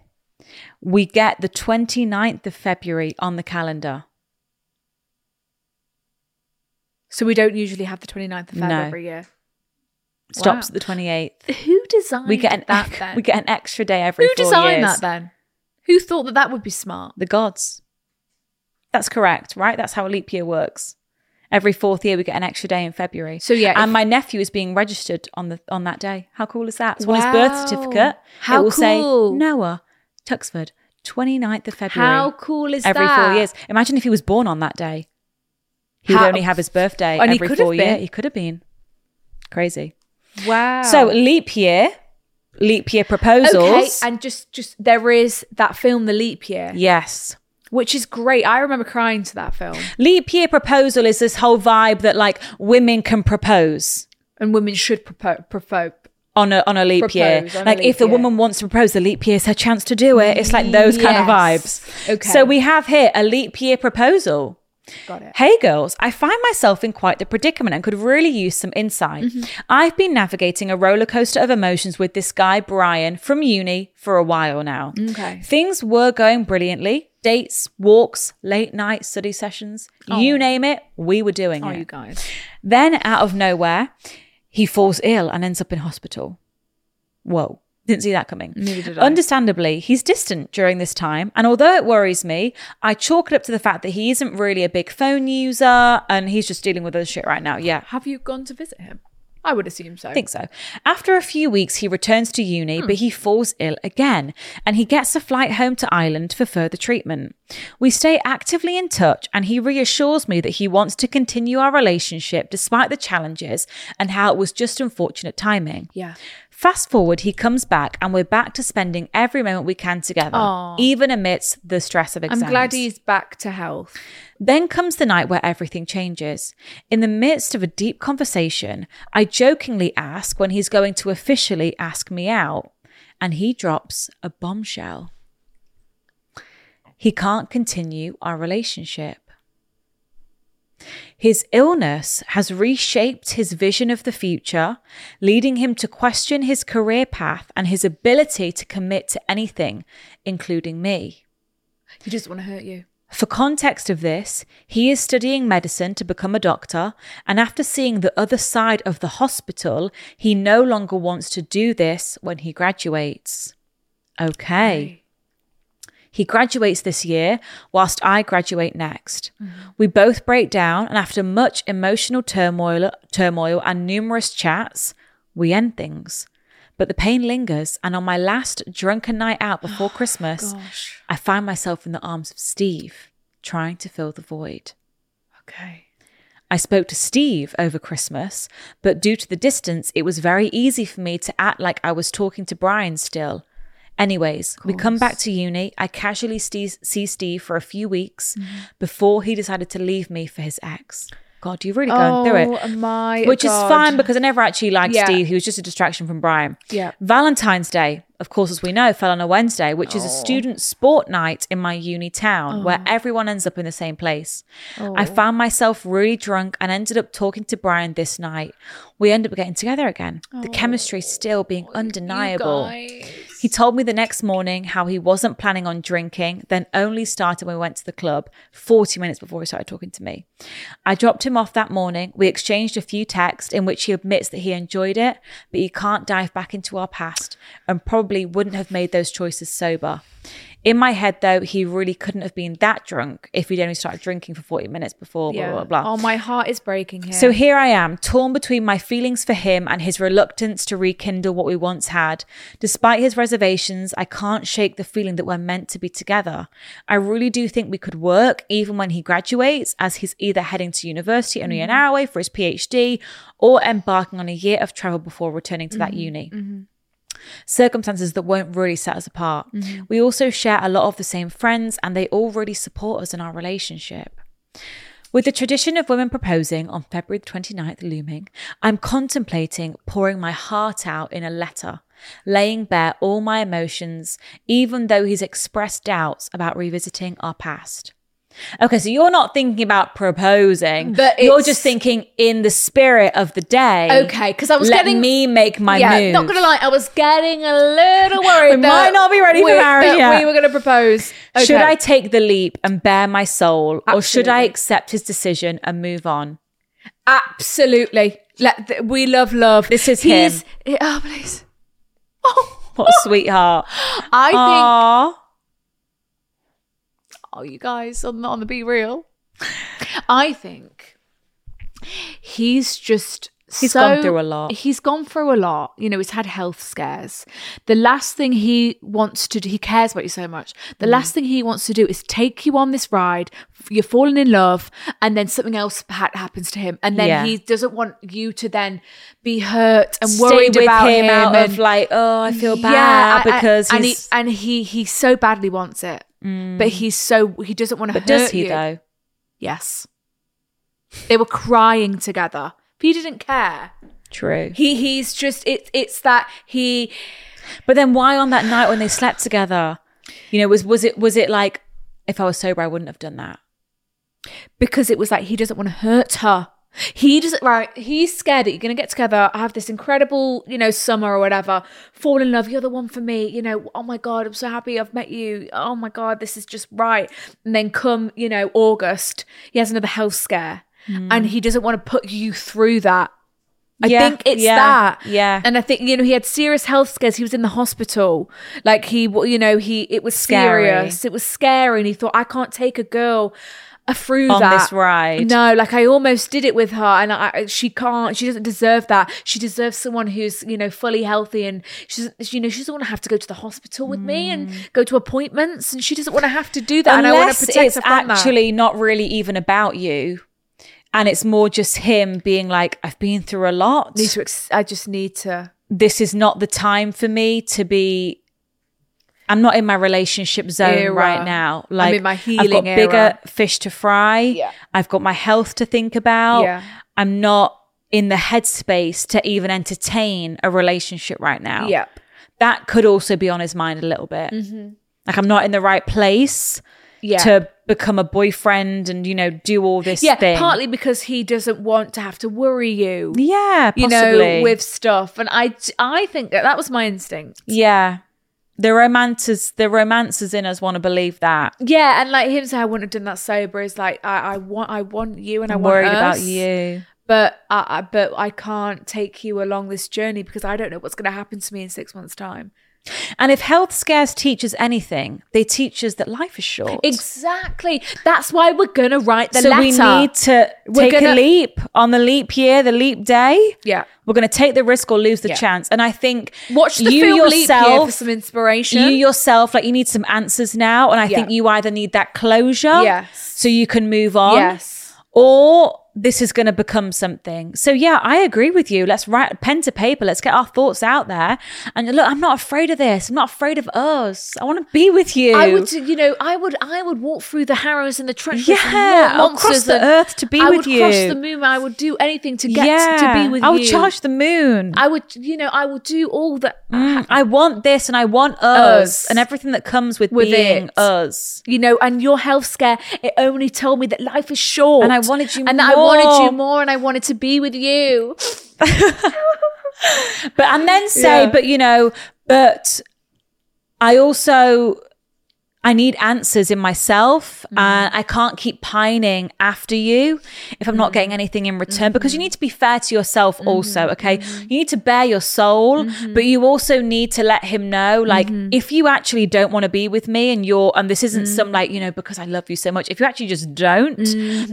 C: we get the 29th of February on the calendar.
A: So we don't usually have the 29th of Feb
C: No.
A: every year.
C: Stops
A: Wow.
C: at the 28th.
A: Who designed
C: We get an
A: that
C: ex-
A: then?
C: we get an extra day every
A: Who
C: four
A: designed
C: years.
A: that then? Who thought that that would be smart?
C: The gods. That's correct, right? That's how a leap year works. Every fourth year, we get an extra day in February.
A: So, yeah,
C: and
A: if-
C: my nephew is being registered on the on that day. How cool is that? So on his birth
A: Wow.
C: certificate,
A: How
C: it will say
A: cool.
C: Noah Tuxford, 29th of February.
A: How cool is
C: every
A: that?
C: four years. Imagine if he was born on that day. He
A: How-
C: would only have his birthday
A: And he
C: every
A: could have
C: four year.
A: been.
C: He could have been crazy.
A: Wow.
C: So leap year, leap year proposals.
A: Okay, and just just there is that film, The Leap Year,
C: yes.
A: which is great. I remember crying to that film,
C: Leap year proposal is this whole vibe that like women can propose
A: and women should propose. propose.
C: on a on a leap
A: Propose
C: year.
A: on a
C: Like
A: leap
C: if the
A: year.
C: woman wants to propose, the leap year is her chance to do it. It's like those kind of
A: Yes.
C: vibes.
A: Okay.
C: So we have here a leap year proposal.
A: Got it.
C: Hey girls, I find myself in quite the predicament and could really use some insight.
A: Mm-hmm.
C: I've been navigating a roller coaster of emotions with this guy, Brian, from uni for a while now.
A: Okay.
C: Things were going brilliantly dates, walks, late night study sessions, you name it, we were doing
A: Oh,
C: it.
A: you guys.
C: Then, out of nowhere, he falls ill and ends up in hospital. Whoa. Didn't see that coming.
A: Neither did I.
C: Understandably, he's distant during this time. And although it worries me, I chalk it up to the fact that he isn't really a big phone user and he's just dealing with other shit right now. Yeah.
A: Have you gone to visit him? I would assume so.
C: I think so. After a few weeks, he returns to uni, but he falls ill again and he gets a flight home to Ireland for further treatment. We stay actively in touch and he reassures me that he wants to continue our relationship despite the challenges and how it was just unfortunate timing.
A: Yeah.
C: Fast forward, he comes back and we're back to spending every moment we can together,
A: Aw.
C: even amidst the stress of exams.
A: I'm glad he's back to health.
C: Then comes the night where everything changes. In the midst of a deep conversation, I jokingly ask when he's going to officially ask me out, and he drops a bombshell. He can't continue our relationship. His illness has reshaped his vision of the future, leading him to question his career path and his ability to commit to anything, including me.
A: He doesn't want to hurt you.
C: For context of this, he is studying medicine to become a doctor, and after seeing the other side of the hospital, he no longer wants to do this when he graduates. Okay. He graduates this year, whilst I graduate next. We both break down, and after much emotional turmoil, turmoil and numerous chats, we end things. But the pain lingers, and on my last drunken night out before Christmas,
A: Gosh.
C: I find myself in the arms of Steve, trying to fill the void.
A: Okay.
C: I spoke to Steve over Christmas, but due to the distance, it was very easy for me to act like I was talking to Brian still. Anyways, we come back to uni. I casually ste- see Steve for a few weeks before he decided to leave me for his ex. God, you really going through it.
A: Oh, my
C: Which
A: God.
C: is fine because I never actually liked
A: Yeah.
C: Steve. He was just a distraction from Brian.
A: Yeah.
C: Valentine's Day, of course, as we know, fell on a Wednesday, which is a
A: Oh.
C: student sport night in my uni town where everyone ends up in the same place. I
A: Oh.
C: found myself really drunk and ended up talking to Brian this night. We end up getting together again, the
A: Oh.
C: chemistry still being undeniable. He told me the next morning how he wasn't planning on drinking, then only started when we went to the club 40 minutes before he started talking to me. I dropped him off that morning. We exchanged a few texts in which he admits that he enjoyed it, but he can't dive back into our past and probably wouldn't have made those choices sober. In my head, though, he really couldn't have been that drunk if he'd only started drinking for 40 minutes before, blah,
A: Yeah.
C: blah, blah, blah.
A: Oh, my heart is breaking here.
C: So here I am, torn between my feelings for him and his reluctance to rekindle what we once had. Despite his reservations, I can't shake the feeling that we're meant to be together. I really do think we could work even when he graduates, as he's either heading to university only an hour away for his PhD or embarking on a year of travel before returning to that uni circumstances that won't really set us apart. We also share a lot of the same friends, and they all really support us in our relationship. With the tradition of women proposing on February the 29th looming, I'm contemplating pouring my heart out in a letter, laying bare all my emotions, even though he's expressed doubts about revisiting our past. Okay, so you're not thinking about proposing.
A: But
C: you're
A: it's-
C: just thinking in the spirit of the day.
A: Okay, 'cause I was
C: let
A: getting-
C: me make my
A: yeah,
C: move.
A: not gonna lie, I was getting a little worried.
C: We might
A: that
C: not be ready for
A: we,
C: marriage
A: that
C: yet.
A: We were gonna propose.
C: Should
A: Okay.
C: I take the leap and bare my soul, or should
A: Absolutely.
C: I accept his decision and move on?
A: Absolutely. Let th- we love love.
C: This is
A: He's, Oh please. Oh,
C: What a sweetheart!
A: I think.
C: Aw.
A: Oh, you guys on the, on the be real. I think he's just.
C: He's
A: so-
C: gone through a lot.
A: He's gone through a lot. You know, he's had health scares. The last thing he wants to do, he cares about you so much. The
C: Mm.
A: last thing he wants to do is take you on this ride. f- You're falling in love, and then something else ha- happens to him, and then
C: Yeah.
A: he doesn't want you to then be hurt and
C: Stay
A: worried
C: with
A: about
C: him, out
A: and,
C: of like, oh, I feel
A: Yeah,
C: bad
A: I- I-
C: because
A: and he
C: he's. Mm.
A: and he he so badly wants it, but he's so he doesn't want to.
C: but does he though?
A: Yes, they were crying together. But he didn't care.
C: True.
A: He he's just it's it's that he
C: But then why on that night when they slept together? You know, was was it was it like if I was sober I wouldn't have done that?
A: because it was like he doesn't want to hurt her. He doesn't right. He's scared that you're gonna get together, have this incredible, you know, summer or whatever, fall in love. You're the one for me. You know, oh my god, I'm so happy I've met you. Oh my god, this is just right. And then come, you know, August, he has another health scare, and he doesn't want to put you through that. I
C: Hmm. Yeah,
A: think it's
C: yeah,
A: that.
C: yeah.
A: And I think you know he had serious health scares. He was in the hospital. Like he, w- you know, he it was
C: Scary.
A: serious. It was scary, and he thought I can't take a girl uh, through
C: On
A: that
C: this ride.
A: No, like I almost did it with her, and I, I- she can't. She doesn't deserve that. She deserves someone who's you know fully healthy, and she's you know she doesn't want to have to go to the hospital with me and go to appointments, and she doesn't want to have to do that. and I want to
C: Mm. Unless
A: protect
C: it's
A: her from that.
C: actually not really even about you, and it's more just him being like, I've been through a lot.
A: Need to ex- I just need to.
C: This is not the time for me to be. I'm not in my relationship zone
A: Era.
C: right now.
A: I'm
C: Like
A: in my
C: I've got
A: healing
C: bigger
A: era.
C: fish to fry.
A: Yeah.
C: I've got my health to think about.
A: Yeah.
C: I'm not in the headspace to even entertain a relationship right now.
A: Yep.
C: That could also be on his mind a little bit. Like I'm not in the right place
A: Mm-hmm. Yeah.
C: to become a boyfriend and you know do all this
A: yeah,
C: thing.
A: partly because he doesn't want to have to worry you.
C: Yeah,
A: You
C: possibly.
A: know, with stuff, and I, I think that that was my instinct.
C: yeah. The romances, the romances in us want to believe that.
A: Yeah, and like him saying, "I wouldn't have done that sober." Is like, I, I want, I want you, and I
C: I'm
A: want
C: worried about
A: us,
C: you.
A: But I, I, but I can't take you along this journey because I don't know what's going to happen to me in six months' time.
C: And if health scares teaches anything, they teach us that life is short.
A: Exactly. That's why we're gonna write the
C: so
A: letter.
C: we need to
A: We're
C: take a
A: gonna-
C: leap on the leap year, the leap day.
A: yeah.
C: We're going to take the risk or lose the
A: Yeah.
C: chance. And I think
A: Watch the
C: you
A: film
C: yourself,
A: Leap Year for some inspiration.
C: you yourself, like you need some answers now. And I
A: Yeah.
C: think you either need that closure
A: Yes.
C: so you can move on.
A: yes.
C: Or this is going to become something. So yeah, I agree with you. Let's write pen to paper. Let's get our thoughts out there. And look, I'm not afraid of this. I'm not afraid of us. I want to be with you.
A: I would, you know, I would, I would walk through the harrows and the trenches. and
C: Yeah,
A: mo-
C: I'll cross
A: monsters
C: the
A: and
C: earth to be
A: I
C: with
A: would cross
C: you.
A: the moon. I would do anything to get to be with
C: I
A: you.
C: would charge the moon.
A: I would, you know, I would do all that.
C: Mm, I want this and I want us,
A: Us.
C: and everything that comes with,
A: With
C: being
A: it.
C: us.
A: You know, and your health scare, it only told me that life is short.
C: And I wanted you
A: And that I wanted
C: more.
A: you more and I wanted to be with you.
C: But and then say,
A: Yeah.
C: but you know, but I also I need answers in myself
A: Mm.
C: and I can't keep pining after you if I'm
A: Mm.
C: not getting anything in return because you
A: Mm-hmm.
C: need to be fair to yourself also, okay? You need to bear your soul,
A: Mm-hmm.
C: but you also need to let him know like if you actually don't want to be with me and you're and this isn't
A: Mm.
C: some like, you know, because I love you so much. If you actually just don't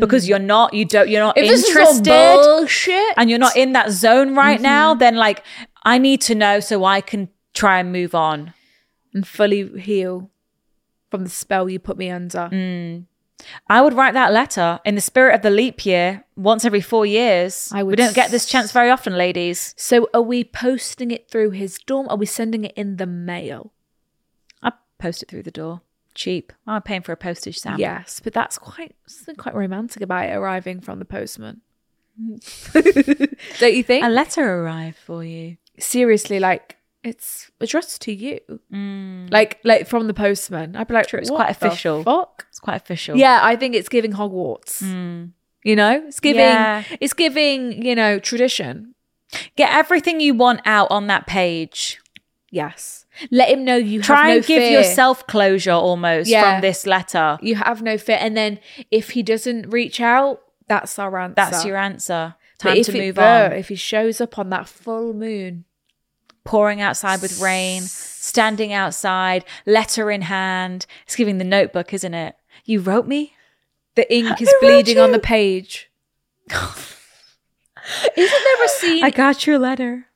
C: because you're not you don't you're not
A: Mm-hmm. If this is all
C: interested
A: bullshit.
C: and you're not in that zone right now, then like I need to know so I can try and move on.
A: and fully heal from the spell you put me under.
C: I would write that letter in the spirit of the leap year once every four years.
A: I
C: we
A: would
C: don't get this chance very often, ladies.
A: So are we posting it through his dorm? Are we sending it in the mail?
C: I post it through the door. Cheap. I'm paying for a postage stamp.
A: Yes, but that's quite something quite romantic about it arriving from the postman. Don't you think?
C: A letter arrived for you.
A: Seriously, like it's addressed to you. Like like from the postman. I'd be like,
C: True, Mm. it's
A: "What
C: quite
A: the
C: official.
A: Fuck.
C: It's quite official.
A: Yeah, I think it's giving Hogwarts. You know, it's giving
C: Mm. Yeah.
A: it's giving you know tradition.
C: Get everything you want out on that page.
A: Yes, let him know you
C: Try
A: have no
C: and give
A: fear.
C: yourself closure almost
A: Yeah.
C: from this letter.
A: You have no fear, and then if he doesn't reach out, that's our answer.
C: That's your answer.
A: But
C: Time
A: if
C: to
A: it-
C: move
A: uh,
C: on.
A: If he shows up on that full moon,
C: pouring outside with rain, standing outside, letter in hand. It's giving the notebook, isn't it? You wrote me?
A: the ink is
C: I wrote
A: bleeding on
C: you.
A: the page. isn't there a scene?
C: got your letter.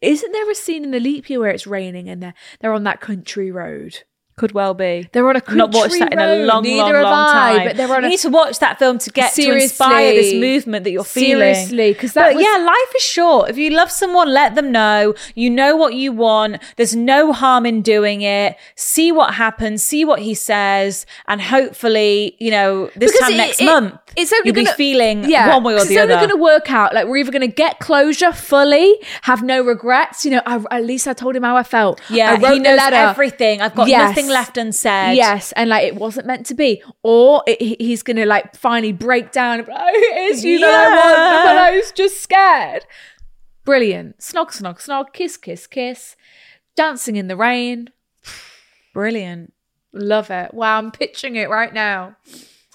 A: isn't there a scene in the leap year where it's raining and they're they're on that country road?
C: Could well be.
A: They're on a country
C: Not watched that in a
A: road.
C: long,
A: Neither
C: long,
A: have
C: long
A: I,
C: time.
A: But they're on
C: you
A: a
C: need to watch that film to get to inspire this
A: Seriously.
C: movement that you're feeling.
A: Seriously, 'cause that
C: But
A: was-
C: yeah, life is short. If you love someone, let them know. You know what you want. There's no harm in doing it. See what happens. See what he says, and hopefully, you know, this
A: Because
C: time
A: it-
C: next
A: it-
C: month,
A: it's only
C: you'll
A: gonna-
C: be feeling
A: yeah,
C: one way or
A: 'cause
C: the
A: it's
C: other.
A: only going to work out. Like we're either going to get closure fully, have no regrets. You know, I, at least I told him how I felt.
C: Yeah,
A: I wrote
C: he knows
A: the letter.
C: everything. I've got
A: Yes.
C: nothing left unsaid.
A: Yes, and like it wasn't meant to be, or it, he- he's going to like finally break down. And be like, oh, it is you that I want,
C: Yeah.
A: but I was just scared. Brilliant. Snog, snog, snog. Kiss, kiss, kiss. Dancing in the rain.
C: Brilliant.
A: Love it. Wow, I'm pitching it right now.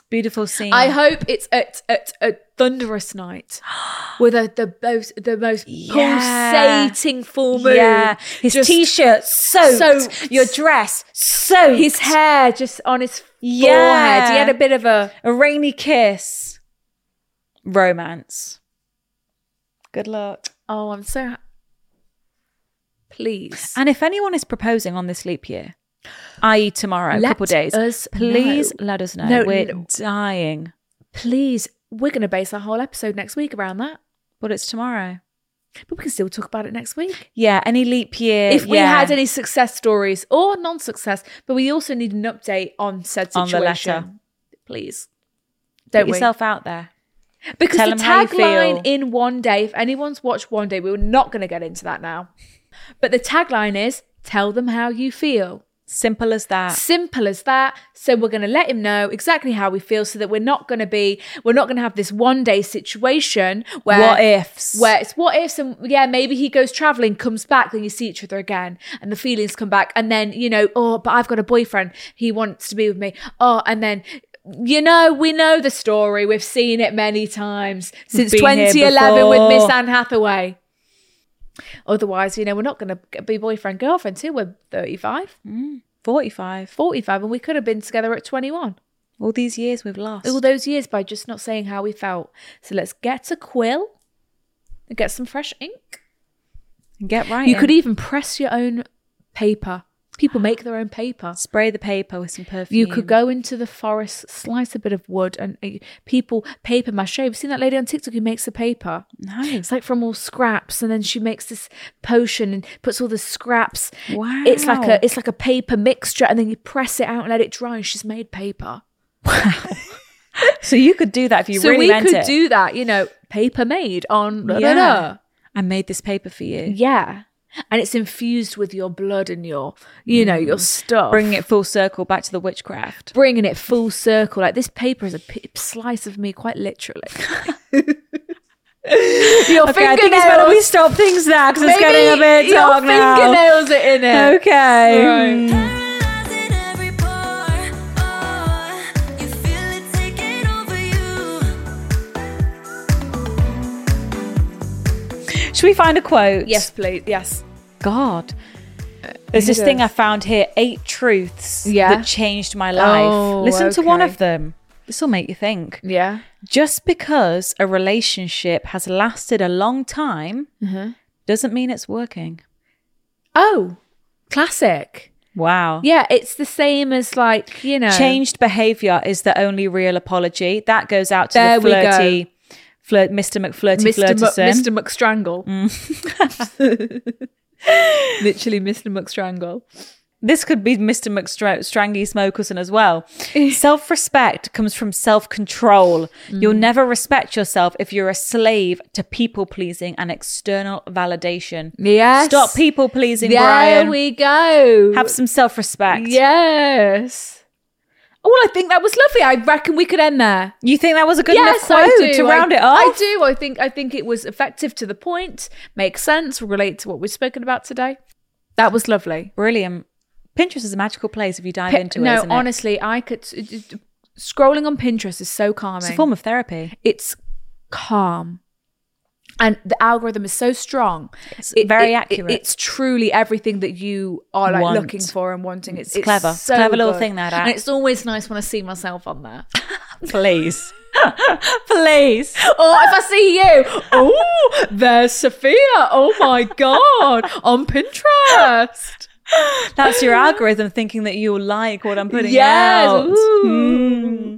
C: Beautiful scene.
A: I hope it's at, at a thunderous night with a, the most the most
C: Yeah.
A: pulsating full moon.
C: Yeah. His
A: Just
C: t-shirt soaked.
A: soaked.
C: Your dress soaked.
A: his hair just on his
C: Yeah.
A: forehead. He had a bit of a
C: A rainy kiss. Romance. Good luck.
A: oh, I'm so ha- please.
C: And if anyone is proposing on this leap year, i.e., tomorrow, a
A: Let
C: couple days,
A: us
C: please
A: know.
C: let us know.
A: No,
C: We're
A: no.
C: dying,
A: please, we're gonna base our whole episode next week around that,
C: but it's tomorrow.
A: but we can still talk about it next week.
C: Yeah, any leap year.
A: If we
C: yeah.
A: had any success stories or non-success, but we also need an update on said
C: On the
A: situation.
C: letter.
A: Please.
C: put
A: we?
C: yourself out there.
A: Because
C: Tell
A: the
C: 'em how you
A: tagline
C: feel.
A: in One Day, if anyone's watched One Day, we are not going to get into that now. But the tagline is Tell them how you feel.
C: Simple as that.
A: Simple as that. So we're going to let him know exactly how we feel so that we're not going to be, we're not going to have this one day situation where.
C: what ifs?
A: Where it's what ifs, and yeah, maybe he goes traveling, comes back, then you see each other again, and the feelings come back, and then you know, oh, but I've got a boyfriend, he wants to be with me, oh, and then you know, we know the story, we've seen it many times since
C: Been here
A: 2011 with Miss
C: before.
A: Anne Hathaway. Otherwise, you know, we're not going to be boyfriend girlfriend till we're 35,
C: 45.
A: 45, and we could have been together at 21.
C: All these years we've lost.
A: All those years by just not saying how we felt. So let's get a quill and get some fresh ink.
C: Get right.
A: You could even press your own paper. People make their own paper.
C: spray the paper with some perfume.
A: e- You could go into the forest, slice a bit of wood, and uh, people paper mache. Have you seen that lady on TikTok who makes the paper?
C: No.
A: It's like from all scraps, and then she makes this potion and puts all the scraps.
C: Wow.
A: It's like a it's like a paper mixture, and then you press it out and let it dry, and she's made paper.
C: So you could do that if you
A: so we
C: really meant
A: could
C: it.
A: do that, you know, paper made on da, da,
C: Yeah.
A: da.
C: I made this paper for you.
A: yeah, and it's infused with your blood and your you know your stuff.
C: Bringing Mm. it full circle back to the witchcraft.
A: bringing it full circle. Like this paper is a p- slice of me, quite literally. your
C: Okay, I think it's better we stop things there because it's getting a bit
A: your
C: dark now.
A: fingernails are in it.
C: Okay.
A: Right.
B: Paralyzing every pore. Oh, you feel it taking over you.
C: Should we find a quote?
A: Yes, please. Yes.
C: God. There's this
A: Who
C: thing I
A: does?
C: found here: eight truths
A: Uh, Yeah.
C: that changed my life.
A: Oh,
C: Listen to one
A: okay.
C: of them. This will make you think.
A: Yeah.
C: Just because a relationship has lasted a long time
A: Mm-hmm.
C: doesn't mean it's working.
A: Oh, classic.
C: Wow.
A: Yeah, it's the same as like you know
C: Changed behavior is the only real apology. That goes out to
A: There
C: the
A: we go.
C: flirty, flirt, Mr. McFlirty
A: Mr. M- Mr.
C: Flirtison.
A: Mm. McStrangle. Literally, Mr. McStrangle.
C: This could be Mr. McStrangy Smokerson as well. self respect comes from self control.
A: Mm.
C: You'll never respect yourself if you're a slave to people pleasing and external validation.
A: Yes.
C: Stop people pleasing,
A: There
C: Brian.
A: we go.
C: Have some self respect.
A: Yes. Oh, Well, I think that was lovely. I reckon we could end there.
C: You think that was a good
A: yes,
C: enough
A: I
C: quote
A: do.
C: to round
A: I,
C: it off?
A: I do. I think I think it was effective to the point, makes sense, relate to what we've spoken about today. That was lovely.
C: Brilliant. Pinterest is a magical place if you dive
A: Pi-
C: into it.
A: no,
C: isn't it?
A: honestly, I could. it- it- Scrolling on Pinterest is so calming.
C: It's a form of therapy.
A: it's calm and the algorithm is so strong
C: It's very accurate.
A: it's truly everything that you are like
C: Want.
A: looking for and wanting it's,
C: It's clever.
A: so
C: Clever little
A: good.
C: thing, that
A: and
C: app.
A: it's always nice when i see myself on there
C: Please. Please.
A: or if i see you oh there's sophia oh my god on pinterest
C: That's your algorithm thinking that you'll like what I'm putting
A: Yes.
C: out.
A: Ooh.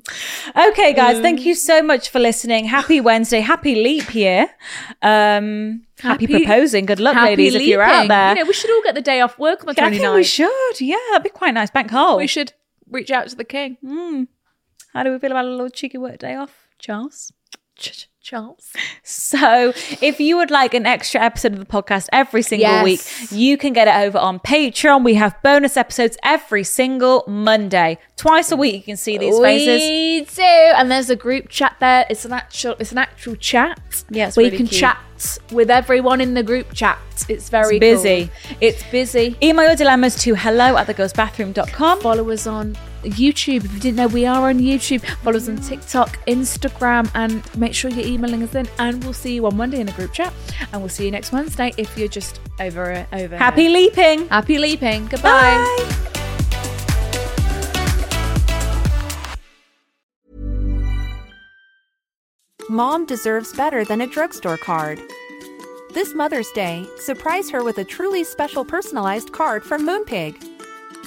C: Mm. Okay, guys, thank you so much for listening. Happy Wednesday. Happy leap year. Um, happy,
A: Happy-
C: proposing. Good luck,
A: Happy
C: ladies, if you're out
A: leaping.
C: there.
A: you know we should all get the day off work on the
C: I think
A: 29th
C: we should. Yeah, that'd be quite nice. Bank hole.
A: we should reach out to the king
C: How do we feel about a little cheeky work day off, Charles?
A: Ch- charles
C: So, if you would like an extra episode of the podcast every single
A: Yes.
C: week, you can get it over on Patreon. We have bonus episodes every single Monday. Twice a week, you can see these faces.
A: We do, and there's a group chat there. It's an actual, it's an actual chat.
C: Yeah, it's
A: where
C: really
A: you can
C: cute.
A: chat with everyone in the group chat. It's very
C: It's busy.
A: cool. It's busy.
C: Email your dilemmas to hello at thegirlsbathroom.com.
A: Follow us on YouTube. If you didn't know, we are on YouTube. Follow us on TikTok, Instagram, and make sure you're emailing us in. And we'll see you on Monday in the group chat. And we'll see you next Wednesday if you're just over it. Over here.
C: Happy leaping.
A: happy leaping. Goodbye.
C: Bye.
D: Mom deserves better than a drugstore card. This Mother's Day, surprise her with a truly special personalized card from Moonpig.